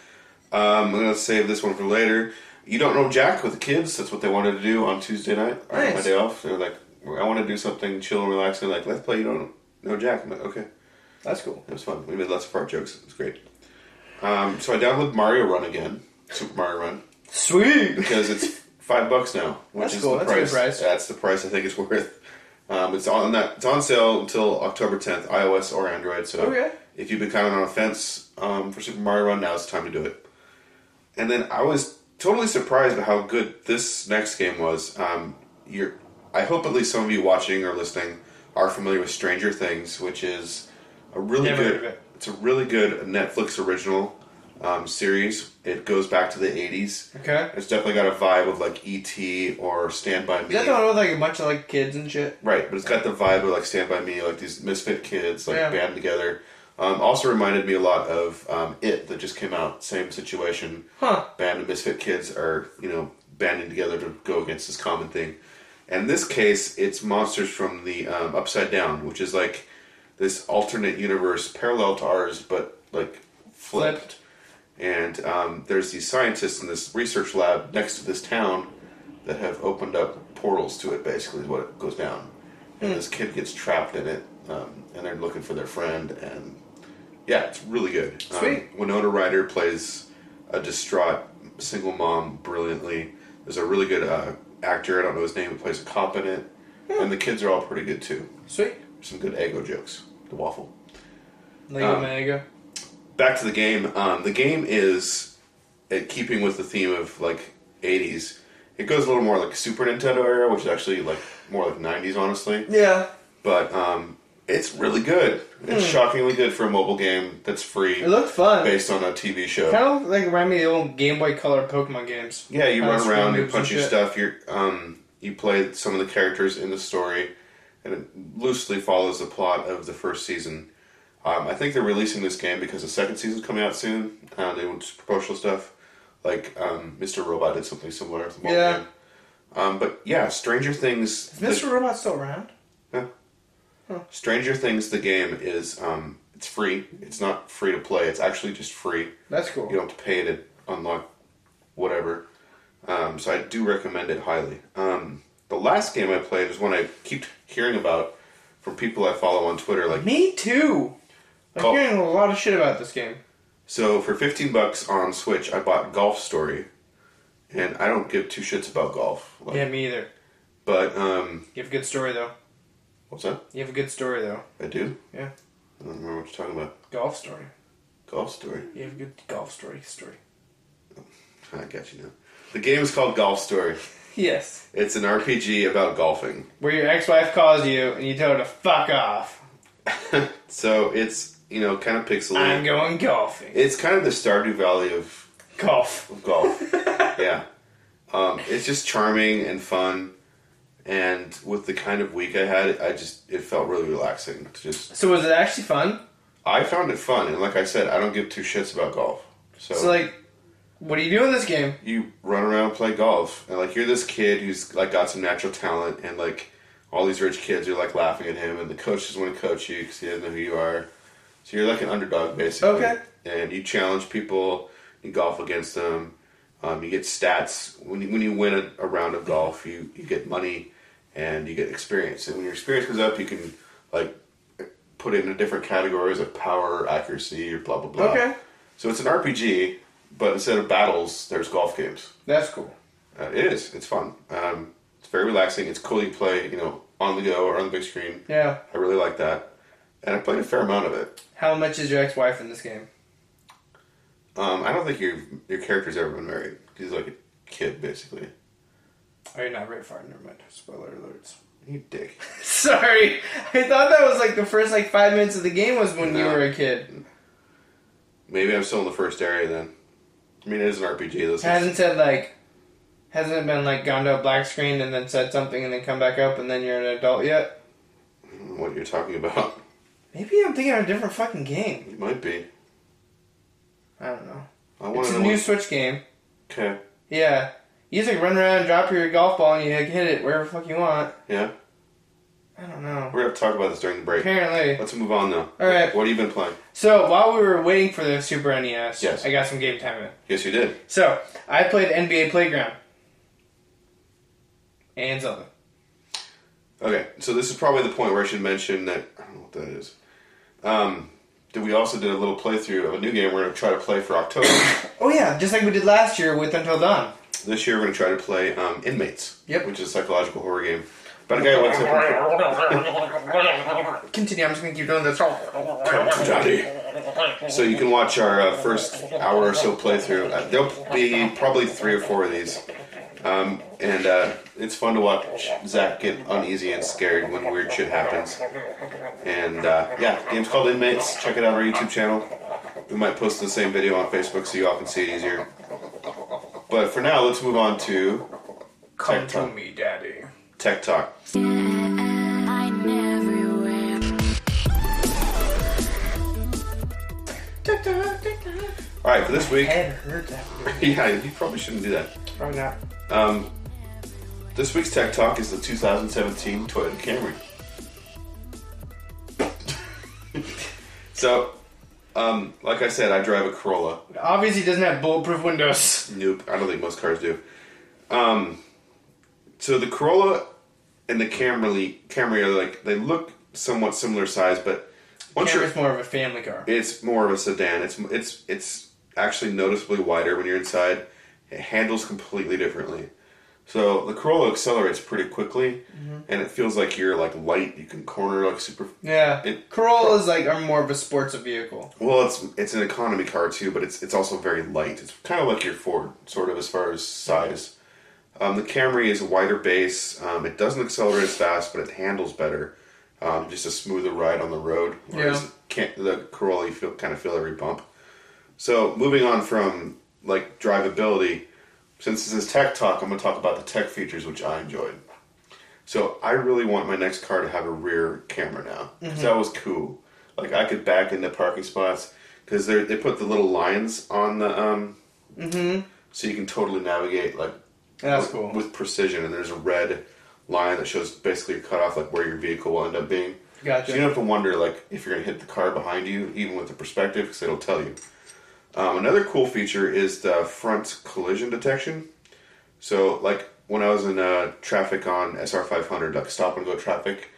Speaker 2: Um, I'm gonna save this one for later. You don't know Jack with the kids. That's what they wanted to do on Tuesday night. I had my
Speaker 1: Nice.
Speaker 2: day off. They were like, I want to do something chill and relaxing. Like, let's play. You don't know Jack. I'm like, okay.
Speaker 1: That's cool.
Speaker 2: It was fun. We made lots of fart jokes. It was great. Um, so I downloaded Mario Run again, Super Mario Run,
Speaker 1: Sweet.
Speaker 2: because it's five bucks now, which
Speaker 1: That's
Speaker 2: is
Speaker 1: cool.
Speaker 2: the
Speaker 1: That's a good
Speaker 2: price.
Speaker 1: price.
Speaker 2: That's the price I think it's worth. Um, it's on that. It's on sale until October 10th, iOS or Android. So
Speaker 1: Okay.
Speaker 2: if you've been kind of on a fence um, for Super Mario Run, now's the time to do it. And then I was totally surprised by how good this next game was. Um, you're, I hope at least some of you watching or listening are familiar with Stranger Things, which is a really
Speaker 1: Never
Speaker 2: good.
Speaker 1: heard of it.
Speaker 2: It's a really good Netflix original um, series. It goes back to the '80s.
Speaker 1: Okay.
Speaker 2: It's definitely got a vibe of like E.T. or Stand By Me.
Speaker 1: Is that the one with like a bunch of like kids and shit?
Speaker 2: Right, but it's got the vibe of like Stand By Me, like these misfit kids, like
Speaker 1: Yeah.
Speaker 2: band together. Um, also reminded me a lot of um, It that just came out, same situation.
Speaker 1: Huh.
Speaker 2: Band of misfit kids are, you know, banding together to go against this common thing. In this case, it's monsters from the um, Upside Down, which is like this alternate universe parallel to ours, but like flipped.
Speaker 1: Flipped.
Speaker 2: And um, there's these scientists in this research lab next to this town that have opened up portals to it. Basically, is what it goes down. And this kid gets trapped in it, um, and they're looking for their friend. And yeah, it's really good. Um,
Speaker 1: Sweet.
Speaker 2: Winona Ryder plays a distraught single mom brilliantly. There's a really good uh, actor. I don't know his name. Who plays a cop in it. And the kids are all pretty good too.
Speaker 1: Sweet.
Speaker 2: Some good ego jokes. The waffle
Speaker 1: Lego
Speaker 2: Um,
Speaker 1: Mega.
Speaker 2: back to the game. Um, the game is, in keeping with the theme of like '80s, it goes a little more like Super Nintendo era, which is actually like more like '90s, honestly.
Speaker 1: Yeah.
Speaker 2: But um, it's really good. It's shockingly good for a mobile game that's free,
Speaker 1: It looked fun.
Speaker 2: based on a TV show.
Speaker 1: Kind of like remind me of the old Game Boy Color Pokemon games.
Speaker 2: Yeah, you
Speaker 1: Kinda
Speaker 2: run
Speaker 1: screen
Speaker 2: around, you
Speaker 1: moves and
Speaker 2: punch your
Speaker 1: shit.
Speaker 2: stuff. You um, you play some of the characters in the story, and it loosely follows the plot of the first season. Um, I think they're releasing this game because the second season's coming out soon. Uh, they want some promotional stuff, like um, Mr. Robot did something similar. with the mobile
Speaker 1: Yeah.
Speaker 2: game. Um, but yeah, Stranger Things.
Speaker 1: Is
Speaker 2: the-
Speaker 1: Mr. Robot still around?
Speaker 2: Stranger Things, the game is um, it's free. It's not free to play. It's actually just free.
Speaker 1: That's cool.
Speaker 2: You don't have to pay to unlock whatever. Um, so I do recommend it highly. Um, the last game I played is one I keep hearing about from people I follow on Twitter. Like,
Speaker 1: Me too. I'm
Speaker 2: Cool.
Speaker 1: hearing a lot of shit about this game.
Speaker 2: so for 15 bucks on Switch, I bought Golf Story, and I don't give two shits about golf. Like,
Speaker 1: Yeah, me either.
Speaker 2: But um,
Speaker 1: You have a good story though.
Speaker 2: what's that?
Speaker 1: You have a good story though.
Speaker 2: I do.
Speaker 1: Yeah.
Speaker 2: I don't remember what you're talking about.
Speaker 1: Golf story.
Speaker 2: Golf Story.
Speaker 1: You have a good golf story story.
Speaker 2: I got you now. The game is called Golf Story.
Speaker 1: Yes.
Speaker 2: It's an RPG about golfing.
Speaker 1: Where your ex-wife calls you and you tell her to fuck off.
Speaker 2: so it's you know kind of pixelated.
Speaker 1: I'm going golfing.
Speaker 2: It's kind of the Stardew Valley of,
Speaker 1: Golf.
Speaker 2: of golf. yeah. Um, it's just charming and fun. And with the kind of week I had, I just it felt really relaxing. to just
Speaker 1: So was it actually fun?
Speaker 2: I found it fun, and like I said, I don't give two shits about golf. So,
Speaker 1: So like, what do you do in this game?
Speaker 2: you run around and play golf, and like you're this kid who's like got some natural talent, and like all these rich kids are like laughing at him, and the coach just want to coach you because he doesn't know who you are. So you're like an underdog basically.
Speaker 1: Okay.
Speaker 2: And you challenge people, you golf against them, um, you get stats. When you, when you win a, a round of golf, you, you get money and you get experience. And when your experience goes up, you can like put it into different categories of power, accuracy, or blah blah blah.
Speaker 1: Okay.
Speaker 2: So it's an RPG, but instead of battles, there's golf games.
Speaker 1: That's cool.
Speaker 2: Uh, it is. It's fun. Um, it's very relaxing. It's cool. You play, you know, on the go or on the big screen.
Speaker 1: Yeah.
Speaker 2: I really like that, and I played a fair amount of it.
Speaker 1: How much is your ex-wife in this game?
Speaker 2: Um, I don't think your your character's ever been married. He's like a kid, basically.
Speaker 1: Oh, you're not right far. Never mind. Spoiler alerts.
Speaker 2: You dick.
Speaker 1: Sorry, I thought that was like the first like five minutes of the game was when you
Speaker 2: No.
Speaker 1: were a kid.
Speaker 2: Maybe I'm still in the first area then. I mean, it is an RPG. This is,
Speaker 1: Hasn't said like, hasn't it been like gone to a black screen and then said something and then come back up and then you're an adult yet?
Speaker 2: I don't know what you're talking about?
Speaker 1: Maybe I'm thinking of a different fucking game.
Speaker 2: It might be.
Speaker 1: I don't know.
Speaker 2: I want
Speaker 1: It's
Speaker 2: to
Speaker 1: a
Speaker 2: know.
Speaker 1: new
Speaker 2: what-
Speaker 1: Switch game.
Speaker 2: Okay.
Speaker 1: Yeah, you just like run around, drop your golf ball, and you like, hit it wherever the fuck you want.
Speaker 2: Yeah.
Speaker 1: I don't know.
Speaker 2: We're gonna talk about this during the break.
Speaker 1: Apparently.
Speaker 2: Let's move on though.
Speaker 1: All right.
Speaker 2: What have you been playing?
Speaker 1: So while we were waiting for the Super NES,
Speaker 2: Yes.
Speaker 1: I got some game time in.
Speaker 2: Yes, you did.
Speaker 1: So I played NBA Playground and Zelda.
Speaker 2: Okay, so this is probably the point where I should mention that I don't know what that is. Um, that we also did a little playthrough of a new game we're gonna try to play for October.
Speaker 1: Oh yeah, just like we did last year with Until Dawn.
Speaker 2: this year we're gonna try to play um, Inmates.
Speaker 1: Yep.
Speaker 2: Which is a psychological horror game. But a guy who wakes up.
Speaker 1: Continue. I'm just gonna keep doing this.
Speaker 2: Come to daddy. So you can watch our uh, first hour or so playthrough. Uh, there'll be probably three or four of these, um, and uh, it's fun to watch Zach get uneasy and scared when weird shit happens. And uh, yeah, game's called Inmates. Check it out on our YouTube channel. We might post the same video on Facebook so you all can see it easier. But for now, let's move on to
Speaker 1: Come
Speaker 2: Tech
Speaker 1: to
Speaker 2: Talk.
Speaker 1: me, Daddy.
Speaker 2: Tech Talk.
Speaker 3: I'm everywhere.
Speaker 2: All right, for this week,
Speaker 1: Ed heard that.
Speaker 2: yeah, you probably shouldn't do that.
Speaker 1: Probably not.
Speaker 2: Um, this week's Tech Talk is the 2017 Toyota Camry. so, um, like I said, I drive a Corolla.
Speaker 1: Obviously, doesn't have bulletproof windows.
Speaker 2: Nope, I don't think most cars do. Um, so the Corolla and the Camry, Camry are like they look somewhat similar size, but once you're
Speaker 1: Camry's more of a family car.
Speaker 2: it's more of a sedan. It's it's it's actually noticeably wider when you're inside. It handles completely differently. So the Corolla accelerates pretty quickly, and it feels like you're like light. You can corner like super.
Speaker 1: Yeah.
Speaker 2: It-
Speaker 1: Corollas like are more of a sports vehicle.
Speaker 2: Well, it's it's an economy car too, but it's it's also very light. It's kind of like your Ford, sort of as far as size. Um, the Camry is a wider base. Um, it doesn't accelerate as fast, but it handles better. Um, just a smoother ride on the road. Whereas
Speaker 1: Yeah.
Speaker 2: can't, the Corolla you feel kind of feel every bump. So moving on from like drivability, since this is tech talk, I'm going to talk about the tech features which I enjoyed. So I really want my next car to have a rear camera now because
Speaker 1: Mm-hmm.
Speaker 2: that was cool. Like I could back into parking spots because they they put the little lines on the um, so you can totally navigate like
Speaker 1: Mm-hmm. That's
Speaker 2: with,
Speaker 1: cool.
Speaker 2: with precision. And there's a red line that shows basically your cutoff, like where your vehicle will end up being.
Speaker 1: Gotcha.
Speaker 2: So you don't have to wonder like if you're gonna hit the car behind you, even with the perspective, because it'll tell you. Um, another cool feature is the front collision detection. So like when I was in uh, traffic on SR 500, like stop and go traffic,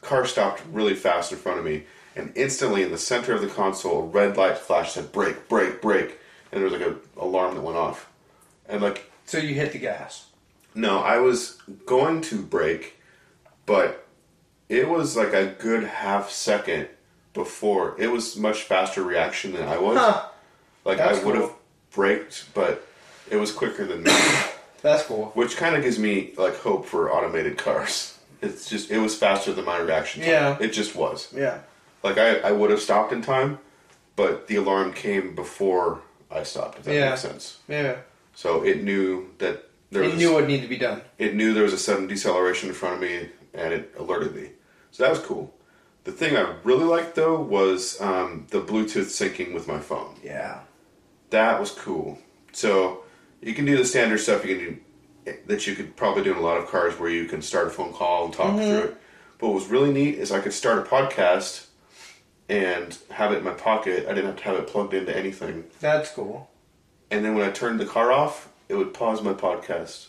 Speaker 2: car stopped really fast in front of me, and instantly in the center of the console, a red light flashed said brake, brake, brake, and there was like an alarm that went off, and like
Speaker 1: So you hit the gas.
Speaker 2: no, I was going to break, but it was like a good half second before. It was much faster reaction than I was.
Speaker 1: Huh.
Speaker 2: Like
Speaker 1: That's
Speaker 2: I would have
Speaker 1: cool.
Speaker 2: braked, but it was quicker than me,
Speaker 1: That's cool.
Speaker 2: which kind of gives me like hope for automated cars. It's just it was faster than my reaction. time.
Speaker 1: Yeah.
Speaker 2: it just was.
Speaker 1: Yeah.
Speaker 2: Like I, I would have stopped in time, but the alarm came before I stopped. If that
Speaker 1: Yeah.
Speaker 2: makes sense.
Speaker 1: Yeah.
Speaker 2: So it knew that there was
Speaker 1: It
Speaker 2: a
Speaker 1: knew what needed to be done.
Speaker 2: it knew there was a sudden deceleration in front of me and it alerted me. So that was cool. The thing I really liked though was um, the Bluetooth syncing with my phone.
Speaker 1: Yeah.
Speaker 2: That was cool. So you can do the standard stuff you can do that you could probably do in a lot of cars where you can start a phone call and talk through it. But what was really neat is I could start a podcast and have it in my pocket. I didn't have to have it plugged into anything.
Speaker 1: That's cool.
Speaker 2: And then when I turned the car off, it would pause my podcast.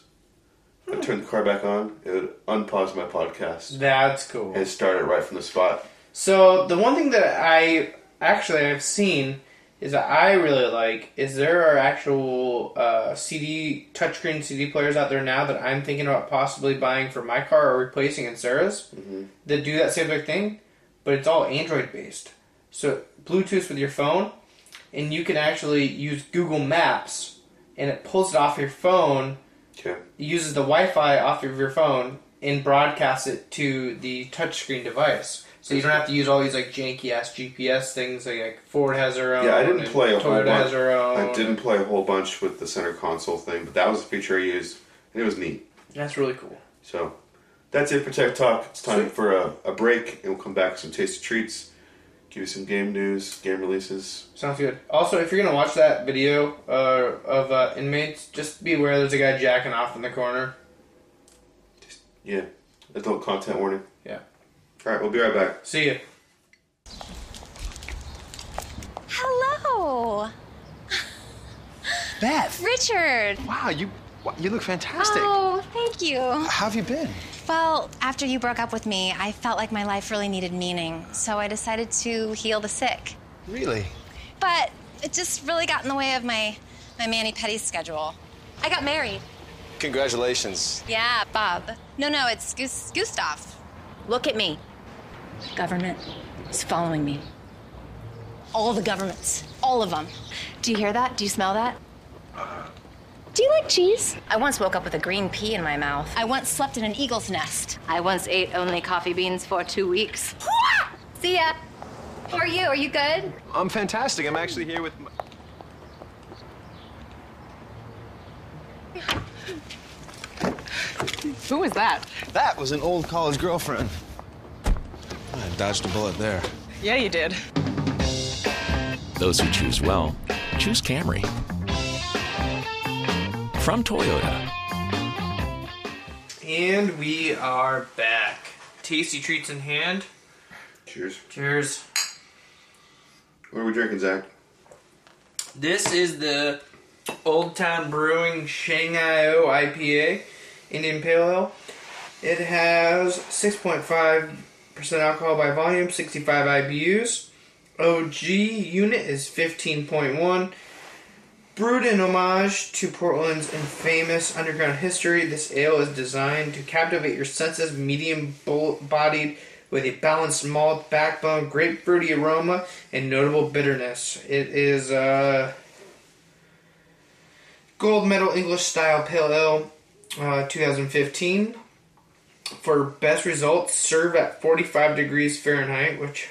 Speaker 2: If
Speaker 1: Hmm.
Speaker 2: I turned the car back on, it would unpause my podcast
Speaker 1: That's cool.
Speaker 2: and start it right from the spot.
Speaker 1: So the one thing that I actually I've seen is that I really like is there are actual uh, CD touchscreen CD players out there now that I'm thinking about possibly buying for my car or replacing in Sarah's that do that same exact thing, but it's all Android based. So Bluetooth with your phone, and you can actually use Google Maps, and it pulls it off your phone
Speaker 2: Okay.
Speaker 1: uses the Wi-Fi off of your phone and broadcasts it to the touchscreen device. So you don't have to use all these like janky ass GPS things. Like, like Ford has their own.
Speaker 2: Yeah, I didn't
Speaker 1: Oh, and
Speaker 2: play a whole
Speaker 1: Toyota
Speaker 2: bunch.
Speaker 1: has their own.
Speaker 2: I didn't play a whole bunch with the center console thing, but that was a feature I used, and it was neat.
Speaker 1: That's really cool.
Speaker 2: So that's it for Tech Talk. It's time
Speaker 1: Sweet.
Speaker 2: for a, a break, and we'll come back with some tasty treats, give you some game news, game releases.
Speaker 1: Sounds good. Also, if you're gonna watch that video uh, of uh, inmates, just be aware there's a guy jacking off in the corner.
Speaker 2: Yeah, adult content warning.
Speaker 1: Yeah.
Speaker 2: All right, we'll be right back.
Speaker 1: See ya.
Speaker 4: Hello,
Speaker 5: Beth,
Speaker 4: Richard.
Speaker 5: wow, Ah, you wow, you look fantastic.
Speaker 6: Ah.
Speaker 4: Oh, thank you.
Speaker 5: How have you been?
Speaker 4: Well, after you broke up with me, I felt like my life really needed meaning, so I decided to heal the sick.
Speaker 5: Really?
Speaker 4: But it just really got in the way of my my mani pedi schedule. I got married.
Speaker 5: Congratulations.
Speaker 4: Yeah, Bob. No, no, it's Gus- Gustav.
Speaker 6: Look at me. Government is following me. All the governments, all of them. Do you hear that? Do you smell that?
Speaker 4: Uh-huh. Do you like cheese?
Speaker 6: I once woke up with a green pea in my mouth.
Speaker 4: I once slept in an eagle's nest.
Speaker 6: I once ate only coffee beans for two weeks.
Speaker 4: See ya. How are you? Are you good?
Speaker 5: I'm fantastic. I'm actually here with. My...
Speaker 6: Who was that?
Speaker 5: That was an old college girlfriend. I dodged a bullet there.
Speaker 6: Yeah, you did.
Speaker 7: Those who choose well, choose Camry. From Toyota.
Speaker 1: And we are back. Tasty treats in hand.
Speaker 2: Cheers.
Speaker 1: Cheers.
Speaker 2: What are we drinking, Zach?
Speaker 1: This is the Old Time Brewing Shanghai O IPA, Indian Pale Ale. It has 6.5% alcohol by volume, 65 IBUs. OG unit is 15.1. Brewed in homage to Portland's infamous underground history, this ale is designed to captivate your senses, medium bo- bodied with a balanced malt backbone, grapefruity aroma, and notable bitterness. It is uh, gold medal English style pale ale, uh, 2015. For best results, serve at 45 degrees Fahrenheit, which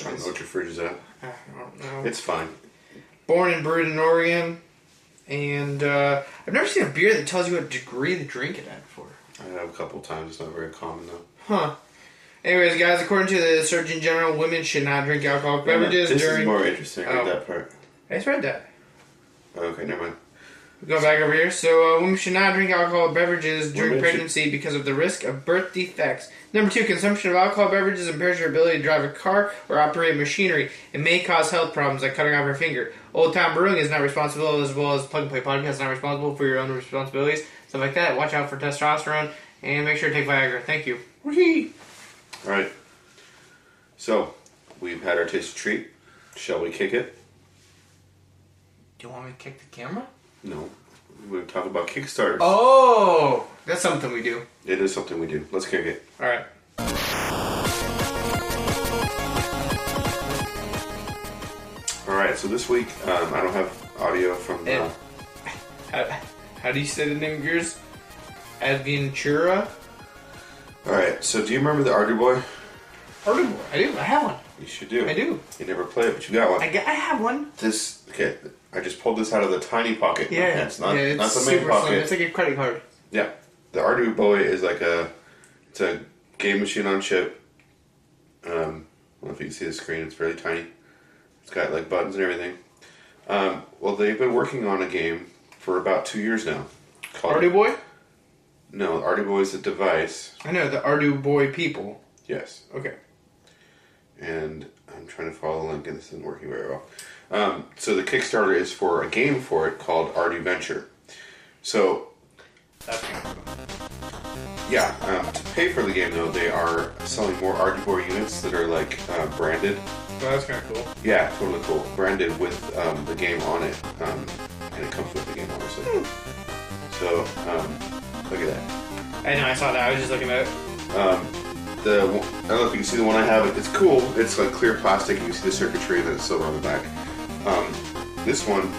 Speaker 2: I don't know what your fridge is at.
Speaker 1: I don't know.
Speaker 2: It's fine.
Speaker 1: born and brewed in Oregon, and uh, I've never seen a beer that tells you what degree to drink it at before.
Speaker 2: I have a couple times. It's not very common though.
Speaker 1: Huh. Anyways, guys, according to the Surgeon General, women should not drink alcoholic beverages
Speaker 2: this
Speaker 1: during.
Speaker 2: is more interesting. Read
Speaker 1: Oh.
Speaker 2: that part.
Speaker 1: I just read that.
Speaker 2: Okay, never mind.
Speaker 1: Go back over here. So, uh, women should not drink alcohol beverages during
Speaker 2: Women should-
Speaker 1: pregnancy because of the risk of birth defects. Number two, consumption of alcohol beverages impairs your ability to drive a car or operate machinery. It may cause health problems like cutting off your finger. Old Time Brewing is not responsible, as well as Plug and Play Podcast is not responsible for your own responsibilities, stuff like that. Watch out for testosterone and make sure to take Viagra. Thank you. Whee!
Speaker 2: All right. So we've had our taste of treat. Shall we kick it?
Speaker 1: Do you want me to kick the camera?
Speaker 2: No. We're gonna talk about Kickstarter.
Speaker 1: Oh, that's something we do.
Speaker 2: It is something we do. Let's kick it.
Speaker 1: All right.
Speaker 2: All right. So this week, um, I don't have audio from. Uh,
Speaker 1: Yeah. How, how do you say the name of yours? Adventura?
Speaker 2: all right. So do you remember the Arger Boy?
Speaker 1: Artiboy. I do. I have one.
Speaker 2: You should do.
Speaker 1: I do.
Speaker 2: You never played it, but you got one.
Speaker 1: I, got, I have one.
Speaker 2: this okay. I just pulled this out of the tiny pocket. in my pants, not,
Speaker 1: yeah, it's
Speaker 2: not the main
Speaker 1: super
Speaker 2: pocket.
Speaker 1: slim. It's like a credit card.
Speaker 2: Yeah, the Arduino Boy is like a it's a game machine on chip. Um, I don't know if you can see the screen; it's really tiny. It's got like buttons and everything. Um, well, they've been working on a game for about two years now. Called,
Speaker 1: Ardu Boy?
Speaker 2: No, Arduino Boy is a device.
Speaker 1: I know, the Ardu Boy people.
Speaker 2: Yes,
Speaker 1: Okay.
Speaker 2: and I'm trying to follow the link, and this isn't working very well. Um, so the Kickstarter is for a game for it called Ardu Venture. So Yeah, um, to pay for the game though, they are selling more Archibor units that are like uh, branded.
Speaker 1: Well, that's kind of cool.
Speaker 2: Yeah, totally cool. Branded with um, the game on it, um, and it comes with the game obviously. So um, look at that.
Speaker 1: I know, I saw that. I was just looking at it.
Speaker 2: Um, the one- I don't know if you can see the one I have. It's cool. It's like clear plastic. You can see the circuitry, and then it's silver on the back. Um, this one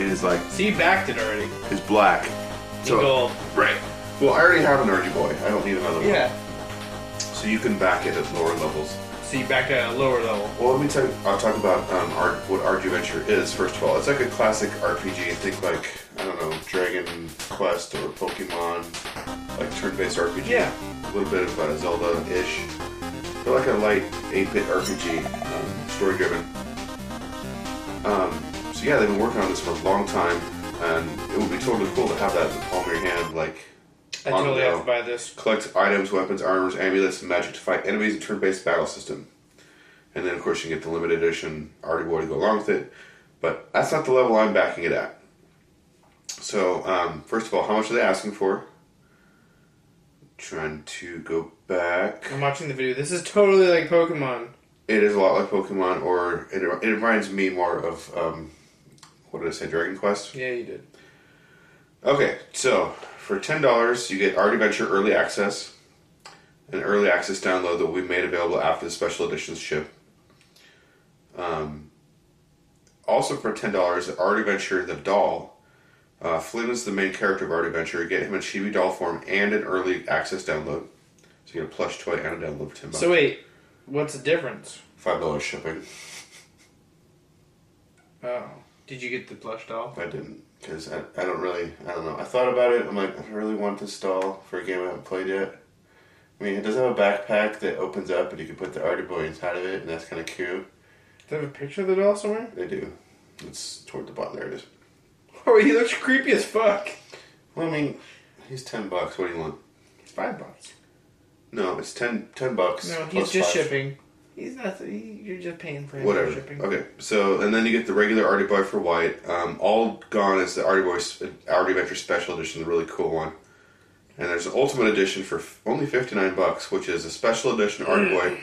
Speaker 2: is like
Speaker 1: See, you backed it already.
Speaker 2: is black. So-
Speaker 1: gold.
Speaker 2: Right. Well, I already have an Archie Boy. I don't need another
Speaker 1: Yeah.
Speaker 2: one. So you can back it at lower levels.
Speaker 1: So you backed it at a lower level.
Speaker 2: Well, let me tell I'll talk about um, art, what RPG Venture is first of all. It's like a classic RPG. Think like I don't know, Dragon Quest or Pokemon, like turn-based RPG.
Speaker 1: Yeah.
Speaker 2: A little bit of uh, Zelda-ish. They're like a light 8-bit RPG, um, story-driven. Um, so yeah, they've been working on this for a long time, and it would be totally cool to have that in the palm of your hand, like
Speaker 1: I
Speaker 2: on the
Speaker 1: totally have
Speaker 2: go.
Speaker 1: to buy this.
Speaker 2: Collect items, weapons, armors, amulets, and magic to fight enemies in turn-based battle system. And then, of course, you get the limited edition artboard to go along with it. But that's not the level I'm backing it at. So, um, first of all, how much are they asking for? Trying to go back.
Speaker 1: I'm watching the video. This is totally like Pokemon.
Speaker 2: It is a lot like Pokemon, or it, it reminds me more of um, what did I say? Dragon Quest.
Speaker 1: Yeah, you did.
Speaker 2: Okay, so for ten dollars, you get Art Adventure Early Access, an early access download that we made available after the special editions ship. Um, also for ten dollars, Art Adventure the doll. Uh, Flynn is the main character of Art Adventure. Get him a chibi doll form and an early access download. So you get a plush toy and a download for ten bucks.
Speaker 1: So wait, what's the difference?
Speaker 2: five dollars shipping.
Speaker 1: Oh, did you get the plush doll?
Speaker 2: I didn't because I, I don't really I don't know. I thought about it. I'm like I don't really want this doll for a game I haven't played yet. I mean, it does have a backpack that opens up and you can put the Artie Boy inside of it, and that's kind of cute.
Speaker 1: Does it have a picture of the doll somewhere?
Speaker 2: They do. It's toward the bottom. There it is.
Speaker 1: Oh, he looks creepy as fuck.
Speaker 2: Well, I mean, he's ten bucks. What do you want?
Speaker 1: It's five bucks.
Speaker 2: No, it's ten ten bucks.
Speaker 1: No, he's
Speaker 2: plus
Speaker 1: just
Speaker 2: five.
Speaker 1: shipping. He's not. He, you're just paying for his
Speaker 2: Whatever.
Speaker 1: shipping.
Speaker 2: Okay, so and then you get the regular Artie Boy for white. Um, all gone is the Artie Boy sp- Artie Adventure Special Edition, the really cool one. And there's an Ultimate Edition for f- only fifty nine bucks, which is a special edition Artie Boy,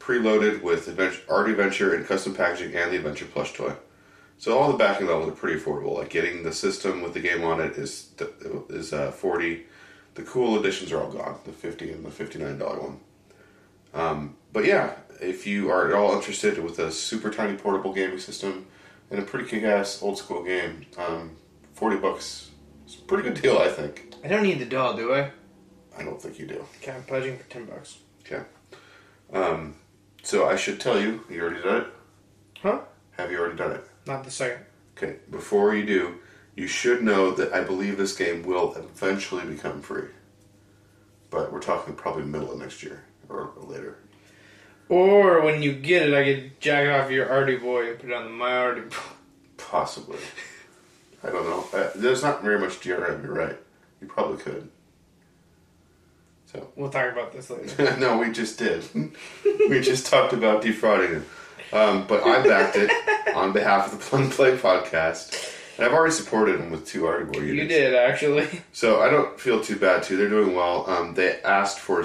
Speaker 2: preloaded with adventure, Artie Adventure and custom packaging and the Adventure plush toy. So all the backing levels are pretty affordable. Like getting the system with the game on it is th- is uh, forty. The cool editions are all gone. The fifty and the fifty nine dollar one. But yeah, if you are at all interested with a super tiny portable gaming system and a pretty kick-ass old school game, um, forty bucks is a pretty good deal, I think.
Speaker 1: I don't need the doll, do I?
Speaker 2: I don't think you do.
Speaker 1: Okay, I'm pledging for ten bucks.
Speaker 2: Okay. Um, so I should tell you, you already done it.
Speaker 1: Huh?
Speaker 2: Have you already done it?
Speaker 1: Not the second.
Speaker 2: Okay. Before you do, you should know that I believe this game will eventually become free, but we're talking probably middle of next year or later.
Speaker 1: Or when you get it, I could jack off your Artie boy and put it on the my Artie boy.
Speaker 2: Possibly. I don't know. Uh, there's not very much DRM, you're right. You probably could. So.
Speaker 1: We'll talk about this later.
Speaker 2: no, we just did. we just talked about defrauding it. Um, but I backed it on behalf of the Plum Play podcast. And I've already supported them with two article units.
Speaker 1: you did actually.
Speaker 2: So I don't feel too bad, too. They're doing well. Um, they asked for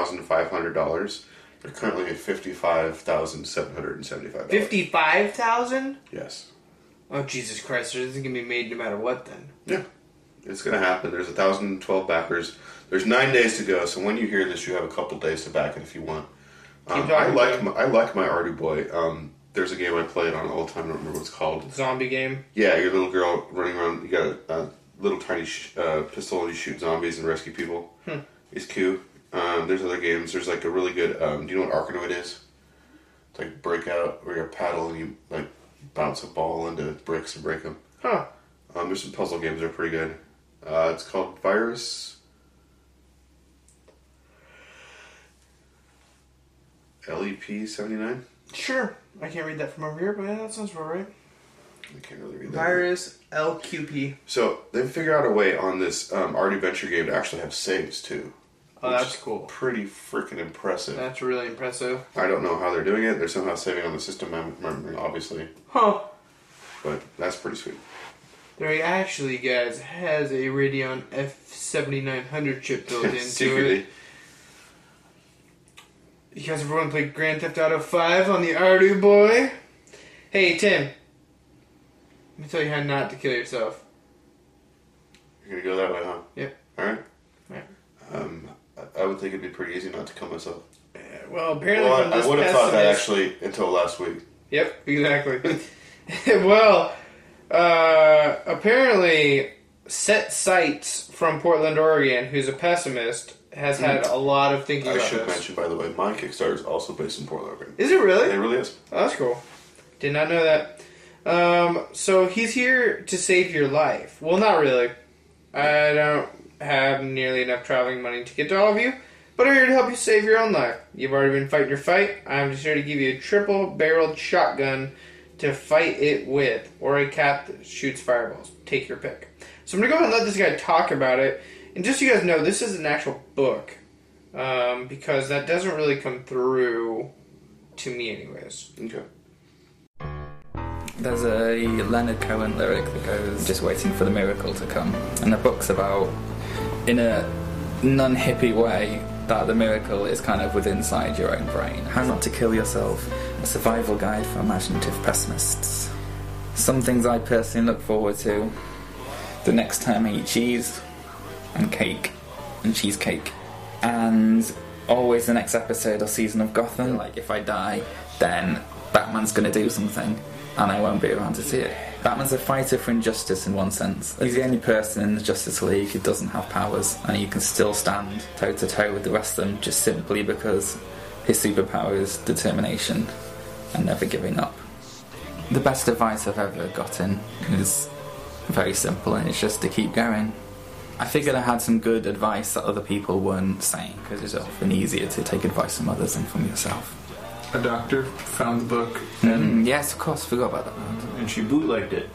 Speaker 2: $7,500. They're currently at $55,775.
Speaker 1: Fifty-five thousand.
Speaker 2: Yes.
Speaker 1: Oh Jesus Christ! This is gonna be made no matter what. Then
Speaker 2: Yeah, it's gonna happen. There's a thousand and twelve backers. There's nine days to go, so when you hear this, you have a couple days to back it if you want. Um,
Speaker 1: Keep
Speaker 2: I
Speaker 1: talking,
Speaker 2: like
Speaker 1: Dave.
Speaker 2: my, I like my Artie boy. Um, there's a game I played on all the time. I don't remember what it's called.
Speaker 1: zombie game.
Speaker 2: Yeah, your little girl running around. You got a, a little tiny sh- uh, pistol and you shoot zombies and rescue people.
Speaker 1: Hmm.
Speaker 2: It's cute. Um, there's other games. There's like a really good. Um, do you know what Arkanoid is? It's like Breakout, where you paddle and you like bounce a ball into bricks and break them.
Speaker 1: Huh?
Speaker 2: Um, there's some puzzle games that are pretty good. Uh, it's called Virus. LEP seventy nine.
Speaker 1: Sure. I can't read that from over here, but yeah, that sounds about right.
Speaker 2: I can't really read that.
Speaker 1: Virus LQP.
Speaker 2: So they figure out a way on this um, art adventure game to actually have saves too.
Speaker 1: Oh,
Speaker 2: which
Speaker 1: that's
Speaker 2: is
Speaker 1: cool.
Speaker 2: Pretty freaking impressive.
Speaker 1: That's really impressive.
Speaker 2: I don't know how they're doing it. They're somehow saving on the system mem- memory, obviously,
Speaker 1: Huh?
Speaker 2: but that's pretty sweet.
Speaker 1: There actually, guys, has a Radeon F7900 chip built into
Speaker 2: Secretly,
Speaker 1: it. You guys ever want to play Grand Theft Auto 5 on the Ardu Boy? Hey, Tim. Let me tell you how not to kill yourself.
Speaker 2: you're gonna go that way, huh?
Speaker 1: Yep.
Speaker 2: All right.
Speaker 1: Right.
Speaker 2: Um, I- I would think it'd be pretty easy not to kill myself.
Speaker 1: Uh, Well, apparently
Speaker 2: Well,
Speaker 1: from
Speaker 2: I,
Speaker 1: this
Speaker 2: I would have thought that
Speaker 1: pessimist-
Speaker 2: actually until last week.
Speaker 1: Yep, exactly. well, uh, apparently, Set Sights from Portland, Oregon, who's a pessimist, has had a lot of thinking
Speaker 2: Mm-hmm. I
Speaker 1: about
Speaker 2: should
Speaker 1: this.
Speaker 2: mention, by the way, my Kickstarter is also based in Portland, Oregon.
Speaker 1: Is it really?
Speaker 2: It really is.
Speaker 1: Oh, that's cool. Did not know that. Um, so he's here to save your life. Well, not really. I don't have nearly enough traveling money to get to all of you, but I'm here to help you save your own life. You've already been fighting your fight. I'm just here to give you a triple barreled shotgun to fight it with, or a cap that shoots fireballs. Take your pick. So I'm gonna go ahead and let this guy talk about it. And just so you guys know, this is an actual book um, because that doesn't really come through to me, anyways.
Speaker 2: Okay.
Speaker 8: There's a Leonard Cohen lyric that goes, "Just waiting for the miracle to come," and the book's about, in a non-hippie way, that the miracle is kind of within inside your own brain. How not to kill yourself? A survival guide for imaginative pessimists. Some things I personally look forward to: the next time I eat cheese and cake and cheesecake, and always the next episode or season of Gotham. Like if I die, then Batman's gonna do something, and I won't be around to see it. Batman's a fighter for injustice in one sense. He's the only person in the Justice League who doesn't have powers, and he can still stand toe to toe with the rest of them just simply because his superpower is determination and never giving up. The best advice I've ever gotten is very simple, and it's just to keep going. I figured I had some good advice that other people weren't saying because it's often easier to take advice from others than from yourself.
Speaker 9: A doctor found the book
Speaker 8: and yes, of course, forgot about that.
Speaker 9: And she bootlegged it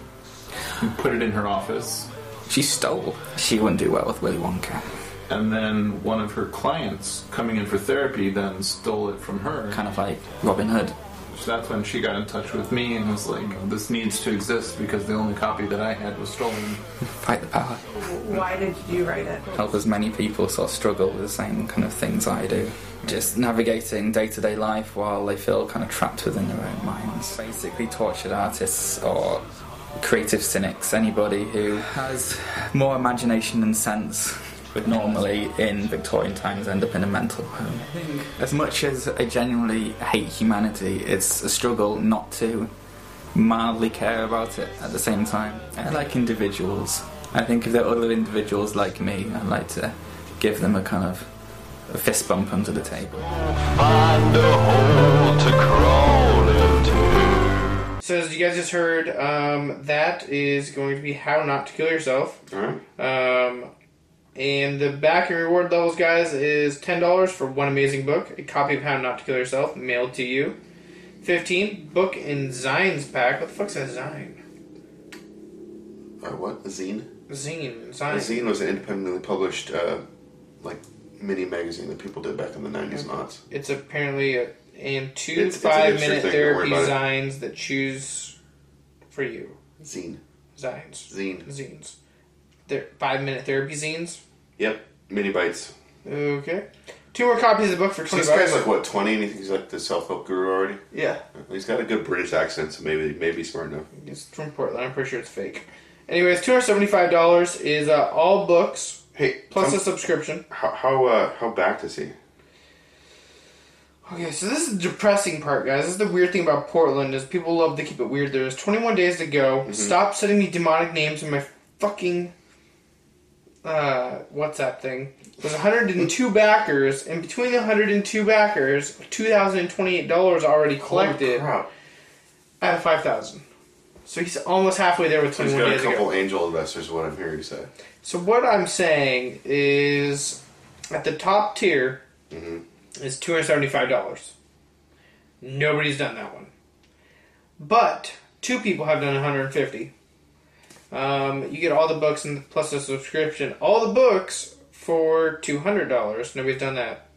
Speaker 9: and put it in her office.
Speaker 8: She stole. She wouldn't do well with Willy Wonka.
Speaker 9: And then one of her clients coming in for therapy then stole it from her.
Speaker 8: Kind of like Robin Hood.
Speaker 9: So that's when she got in touch with me and was like, "This needs to exist because the only copy that I had was stolen."
Speaker 8: Fight the power.
Speaker 10: Why did you write it?
Speaker 8: help as many people sort of struggle with the same kind of things I do. Just navigating day to day life while they feel kind of trapped within their own minds. Basically, tortured artists or creative cynics, anybody who has more imagination and sense would normally in Victorian times end up in a mental home. As much as I genuinely hate humanity, it's a struggle not to mildly care about it at the same time. I like individuals. I think if there are other individuals like me, I'd like to give them a kind of a fist bump under the table.
Speaker 1: So as you guys just heard, um, that is going to be how not to kill yourself. Um, and the back and reward levels, guys, is ten dollars for one amazing book, a copy of How Not to Kill Yourself, mailed to you. Fifteen book and zines pack. What the fuck's a zine?
Speaker 2: Or Uh, what? A zine?
Speaker 1: Zine,
Speaker 2: A
Speaker 1: zine.
Speaker 2: zine was an independently published, uh, like, mini magazine that people did back in the 90s and aughts.
Speaker 1: It's apparently a, and two
Speaker 2: It's- it's an
Speaker 1: five
Speaker 2: extra
Speaker 1: minute
Speaker 2: thing, don't worry
Speaker 1: therapy
Speaker 2: about
Speaker 1: zines that choose for you.
Speaker 2: Zine.
Speaker 1: Zines.
Speaker 2: Zine.
Speaker 1: Zines. They're five minute therapy zines.
Speaker 2: Yep, mini bites.
Speaker 1: Okay. Two more copies of the book for two
Speaker 2: This
Speaker 1: bucks.
Speaker 2: guy's like what twenty, and he thinks he's like the self-help guru already.
Speaker 1: Yeah.
Speaker 2: he's got a good British accent, so maybe maybe he's smart enough.
Speaker 1: It's from Portland. I'm pretty sure it's fake. Anyways, two hundred seventy-five dollars is uh, all books.
Speaker 2: Hey,
Speaker 1: plus
Speaker 2: some-
Speaker 1: a subscription.
Speaker 2: How how uh, how back is he?
Speaker 1: Okay, so this is the depressing part, guys. This is the weird thing about Portland is people love to keep it weird. There's 21 days to go.
Speaker 2: Mhm.
Speaker 1: Stop sending me demonic names in my fucking uh, WhatsApp thing. There's 102 backers, and between the 102 backers, $2,028 already collected out of 5,000. So he's almost halfway there with
Speaker 2: So he's
Speaker 1: 21
Speaker 2: got a
Speaker 1: days to go.
Speaker 2: couple angel investors. Is what I'm hearing you say.
Speaker 1: So what I'm saying is, at the top tier
Speaker 2: Mm-hmm.
Speaker 1: is two hundred seventy-five dollars. Nobody's done that one, but two people have done one hundred and fifty. Um, you get all the books and plus a subscription. All the books for two hundred dollars. Nobody's done that.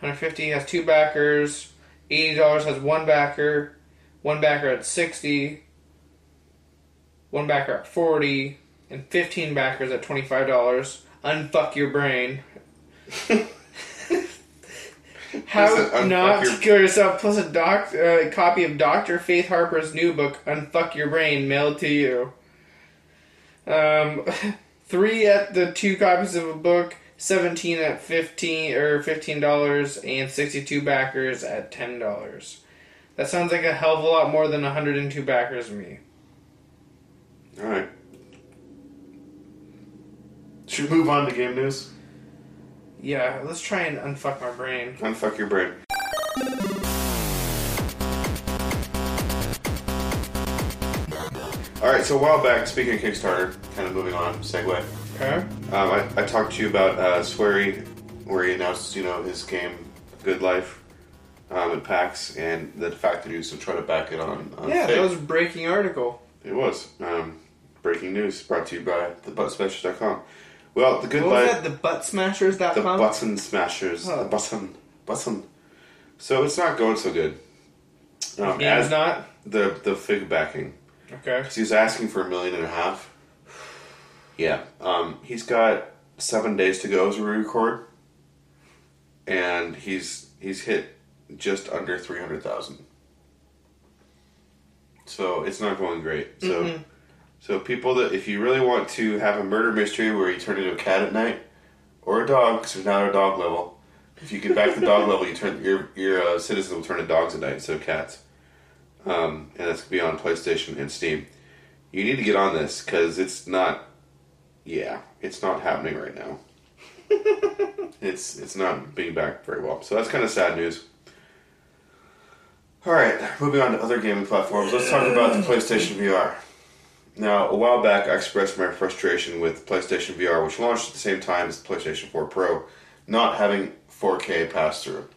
Speaker 1: One hundred fifty has two backers. Eighty dollars has one backer. One backer at sixty. One backer at forty and 15 backers at $25. Unfuck your brain.
Speaker 2: Listen,
Speaker 1: How
Speaker 2: unfuck
Speaker 1: not
Speaker 2: your-
Speaker 1: to kill yourself plus a doc, uh, copy of Dr. Faith Harper's new book, Unfuck Your Brain, mailed to you. Um, three at the two copies of a book, 17 at 15 or $15, and 62 backers at $10. That sounds like a hell of a lot more than 102 backers to me.
Speaker 2: All right. Should we move on to game news?
Speaker 1: Yeah, let's try and unfuck my brain.
Speaker 2: Unfuck your brain. All right. So a while back, speaking of Kickstarter, kind of moving on, segue.
Speaker 1: Okay.
Speaker 2: Um, I, I talked to you about uh, Swery, where he announced, you know, his game Good Life um, at PAX, and the fact that he was to try to back it on. on
Speaker 1: Yeah,
Speaker 2: Fate.
Speaker 1: that was a breaking article.
Speaker 2: It was. Um, breaking news brought to you by thebuttspecial.com. Well, the good
Speaker 1: What was
Speaker 2: life.
Speaker 1: that? The butt smashers.
Speaker 2: the button smashers.
Speaker 1: Huh.
Speaker 2: The button. Button. So it's not going so good. Um,
Speaker 1: Yeah, it's
Speaker 2: as not the the fig backing.
Speaker 1: Okay.
Speaker 2: Because he was asking for a million and a half. Yeah. Um, he's got seven days to go as we record, and he's he's hit just under three hundred thousand. So it's not going great. So
Speaker 1: Mhm.
Speaker 2: so people that if you really want to have a murder mystery where you turn into a cat at night or a dog, because we're now at a dog level. If you get back to the dog level, you turn your your uh, citizens will turn to dogs at night, so cats. Um, and that's gonna be on PlayStation and Steam. You need to get on this because it's not. Yeah, it's not happening right now. it's it's not being backed very well, so that's kind of sad news. All right, moving on to other gaming platforms. Let's talk about the PlayStation VR. Now, a while back, I expressed my frustration with PlayStation VR, which launched at the same time as PlayStation 4 Pro, not having 4K pass through.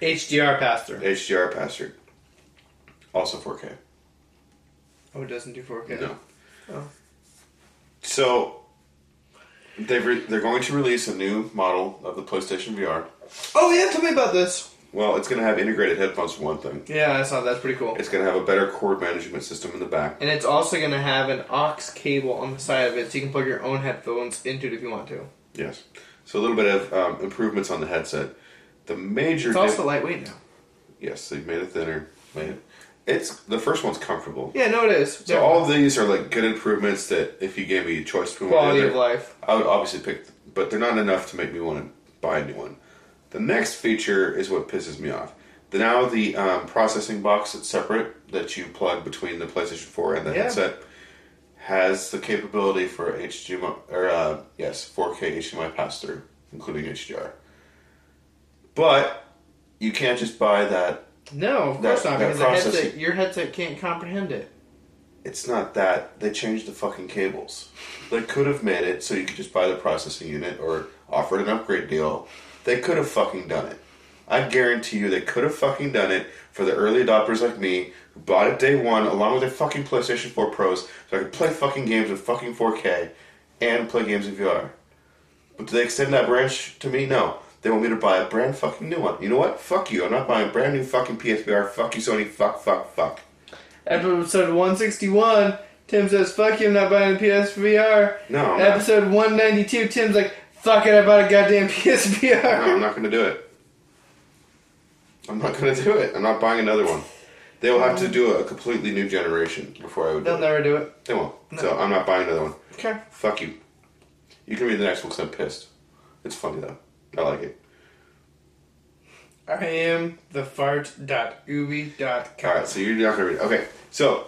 Speaker 1: HDR pass through.
Speaker 2: HDR pass through. Also 4K.
Speaker 1: Oh, it doesn't do 4K.
Speaker 2: No.
Speaker 1: Oh.
Speaker 2: So they've re- they're going to release a new model of the PlayStation VR.
Speaker 1: Oh yeah, tell me about this.
Speaker 2: Well, it's going to have integrated headphones for one thing.
Speaker 1: Yeah, I saw that. that's pretty cool.
Speaker 2: It's going to have a better cord management system in the back.
Speaker 1: And it's also going to have an aux cable on the side of it, so you can plug your own headphones into it if you want to.
Speaker 2: Yes. So a little bit of um, improvements on the headset. The major
Speaker 1: It's
Speaker 2: dif-
Speaker 1: also lightweight now.
Speaker 2: yes, they've made it thinner. Made it. It's the first one's comfortable.
Speaker 1: Yeah, no, it is.
Speaker 2: So all of these are like good improvements that if you gave me a choice between one or
Speaker 1: Quality
Speaker 2: the
Speaker 1: of
Speaker 2: other,
Speaker 1: life.
Speaker 2: I would obviously pick, but they're not enough to make me want to buy a new one. The next feature is what pisses me off. The, now the um, processing box that's separate that you plug between the PlayStation 4 and the
Speaker 1: Yeah.
Speaker 2: headset has the capability for HDMI or uh, yes 4K HDMI pass through, including HDR. But you can't just buy that.
Speaker 1: No, of
Speaker 2: That-
Speaker 1: course not,
Speaker 2: that
Speaker 1: because the
Speaker 2: processing-
Speaker 1: headset, your headset can't comprehend it.
Speaker 2: It's not that they changed the fucking cables. They could have made it so you could just buy the processing unit or offered an upgrade deal. They could have fucking done it. I guarantee you, they could have fucking done it for the early adopters like me who bought it day one along with their fucking PlayStation 4 Pros, so I could play fucking games in fucking 4K and play games in VR. But do they extend that branch to me? No. They want me to buy a brand fucking new one. You know what? Fuck you. I'm not buying a brand new fucking PSVR. Fuck you, Sony. Fuck, fuck, fuck.
Speaker 1: Episode 161, Tim says, fuck you, I'm not buying a PSVR.
Speaker 2: No, I'm not.
Speaker 1: Episode 192, Tim's like, fuck it, I bought a goddamn PSVR.
Speaker 2: No, I'm not going to do it. I'm not going to do it. I'm not buying another one. They will have to do a completely new generation before I would.
Speaker 1: They'll
Speaker 2: do it.
Speaker 1: never do it.
Speaker 2: They won't.
Speaker 1: No.
Speaker 2: So I'm not buying another one.
Speaker 1: Okay.
Speaker 2: Fuck you. You can read the next one because I'm pissed. It's funny though. I like it.
Speaker 1: I am the fart.ubi.com.
Speaker 2: All right, so you're not going to read. it. Okay, so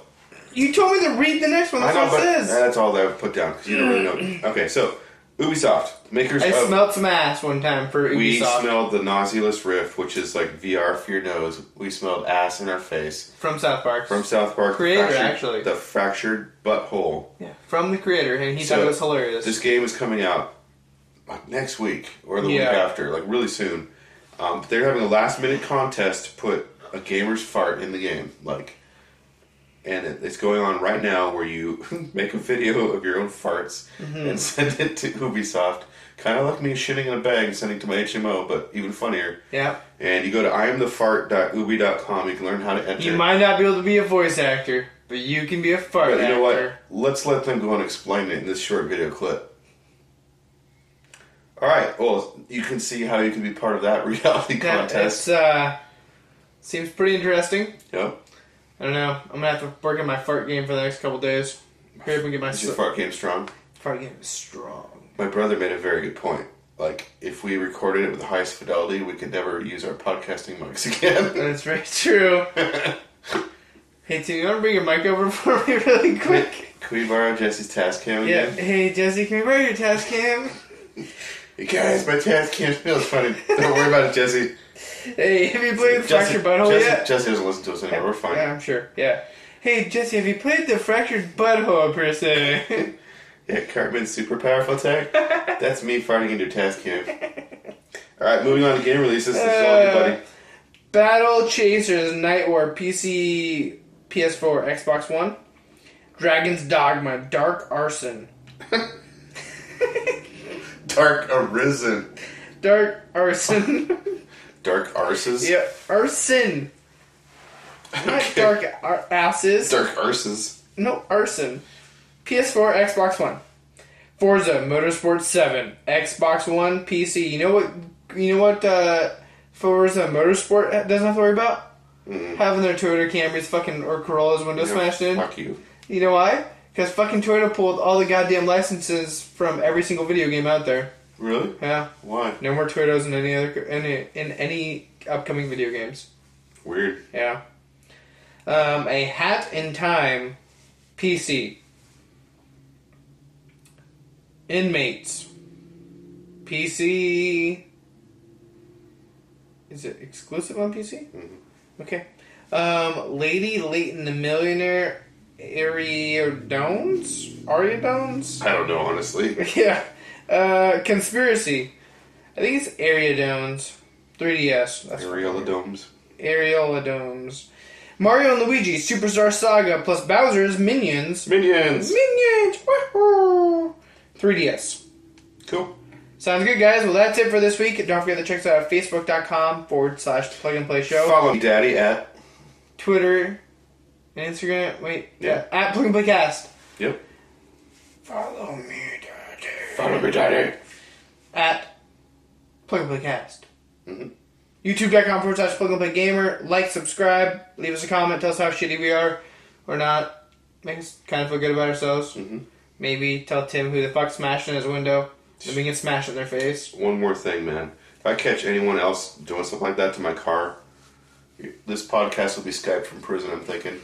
Speaker 1: You told me to read the next one. That's
Speaker 2: I know,
Speaker 1: what
Speaker 2: but
Speaker 1: it says.
Speaker 2: that's all that I've put down because you don't really know. Okay, so Ubisoft makers
Speaker 1: I
Speaker 2: of.
Speaker 1: smelled some ass one time for
Speaker 2: we
Speaker 1: Ubisoft
Speaker 2: smelled the nauseous riff, which is like VR for your nose. We smelled ass in our face.
Speaker 1: from South Park.
Speaker 2: from South Park.
Speaker 1: Creator,
Speaker 2: Fractured-
Speaker 1: actually.
Speaker 2: The Fractured Butthole.
Speaker 1: Yeah, from the creator, and he
Speaker 2: So,
Speaker 1: thought it was hilarious.
Speaker 2: This game is coming out like, next week or the week
Speaker 1: Yeah.
Speaker 2: after, like really soon. Um, but they're having a last minute contest to put a gamer's fart in the game, like, and it, it's going on right now where you make a video of your own farts
Speaker 1: Mhm.
Speaker 2: and send it to Ubisoft, kind of like me shitting in a bag and sending it to my HMO, but even funnier.
Speaker 1: yeah.
Speaker 2: And you go to imthefart.ubi.com. You can learn how to enter.
Speaker 1: You might not be able to be a voice actor, but you can be a fart
Speaker 2: But you
Speaker 1: actor.
Speaker 2: know what? Let's let them go and explain it in this short video clip. All right. Well, you can see how you can be part of that reality
Speaker 1: Yeah,
Speaker 2: contest.
Speaker 1: It's, uh, seems pretty interesting.
Speaker 2: Yep.
Speaker 1: I don't know. I'm gonna have to work on my fart game for the next couple days. Hurry up and get my
Speaker 2: Is your
Speaker 1: s-
Speaker 2: fart game strong?
Speaker 1: fart game is strong.
Speaker 2: My brother made a very good point. Like, if we recorded it with the highest fidelity, we could never use our podcasting mics again.
Speaker 1: That's very true. hey, Tim, you want to bring your mic over for me really quick?
Speaker 2: Can we borrow Jesse's task cam
Speaker 1: Yeah.
Speaker 2: again?
Speaker 1: Hey, Jesse, can we borrow your task cam?
Speaker 2: You guys, my task cam feels funny. Don't worry about it, Jesse.
Speaker 1: Hey, have you played
Speaker 2: Jesse,
Speaker 1: Fractured Butthole
Speaker 2: Jesse,
Speaker 1: yet?
Speaker 2: Jesse doesn't listen to us anymore. We're fine.
Speaker 1: Yeah, I'm sure. Yeah. Hey, Jesse, have you played the Fractured Butthole per se?
Speaker 2: Yeah, Cartman's super powerful tech. That's me farting into a task cam. All right, moving on to game releases. This is all
Speaker 1: Uh,
Speaker 2: everybody.
Speaker 1: Battle Chasers Night War PC, PS4, Xbox One. Dragon's Dogma Dark Arson.
Speaker 2: Dark Arisen.
Speaker 1: Dark arson.
Speaker 2: Dark Arses?
Speaker 1: yeah, arson. Not dark ar- asses.
Speaker 2: Dark Arses.
Speaker 1: No, arson. PS4, Xbox One. Forza Motorsport 7, Xbox One, PC. You know what? You know what? Uh, Forza Motorsport doesn't have to worry about having their Toyota Camrys, fucking or Corollas window
Speaker 2: Yeah,
Speaker 1: smashed in.
Speaker 2: Fuck you.
Speaker 1: You know why? Because fucking Toyota pulled all the goddamn licenses from every single video game out there.
Speaker 2: Really?
Speaker 1: Yeah.
Speaker 2: Why?
Speaker 1: No more Toyotas in any other any in any upcoming video games.
Speaker 2: Weird.
Speaker 1: Yeah. Um, a Hat in Time PC. Inmates. PC. Is it exclusive on PC? Okay. Um, Lady Leighton the Millionaire Ariadones? Ariadones?
Speaker 2: I don't know, honestly.
Speaker 1: yeah. Uh, Conspiracy. I think it's Ariadones. 3DS. That's
Speaker 2: Areola domes.
Speaker 1: Areola domes. Mario and Luigi Superstar Saga plus Bowser's Minions.
Speaker 2: Minions.
Speaker 1: Minions. Wahoo! 3DS.
Speaker 2: Cool.
Speaker 1: Sounds good, guys. Well, that's it for this week. Don't forget to check us out at facebook.com forward slash plug and play show.
Speaker 2: Follow me, Daddy, at.
Speaker 1: Twitter and Instagram. Wait,
Speaker 2: Yeah.
Speaker 1: at plug and play cast.
Speaker 2: Yep.
Speaker 1: Follow me
Speaker 2: Follow me, Daddy.
Speaker 1: at plug and play cast. YouTube.com forward slash plug and play gamer. Like, subscribe, leave us a comment, tell us how shitty we are or not. Make us kind of feel good about ourselves. Maybe tell Tim who the fuck smashed in his window. Then we can smash it in their face.
Speaker 2: One more thing, man. If I catch anyone else doing something like that to my car, this podcast will be Skyped from prison, I'm thinking.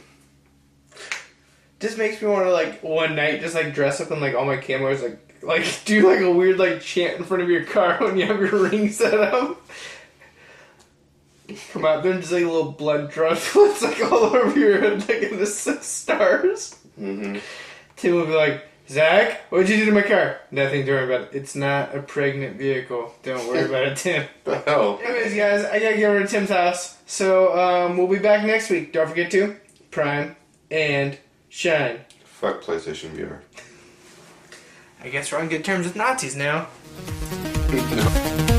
Speaker 1: Just makes me want to like one night just like dress up in like all my cameras like like do like a weird like chant in front of your car when you have your ring set up. Come out there and just like a little blood droplets like all over your head like in the s- stars.
Speaker 2: Mm-hmm.
Speaker 1: Tim will be like, Zach, what'd you do to my car? Nothing to worry about. It's not a pregnant vehicle. Don't worry about it, Tim.
Speaker 2: The hell?
Speaker 1: Anyways, guys, I gotta get over to Tim's house. So um, we'll be back next week. Don't forget to prime and shine.
Speaker 2: Fuck PlayStation VR.
Speaker 1: I guess we're on good terms with Nazis now.
Speaker 2: No.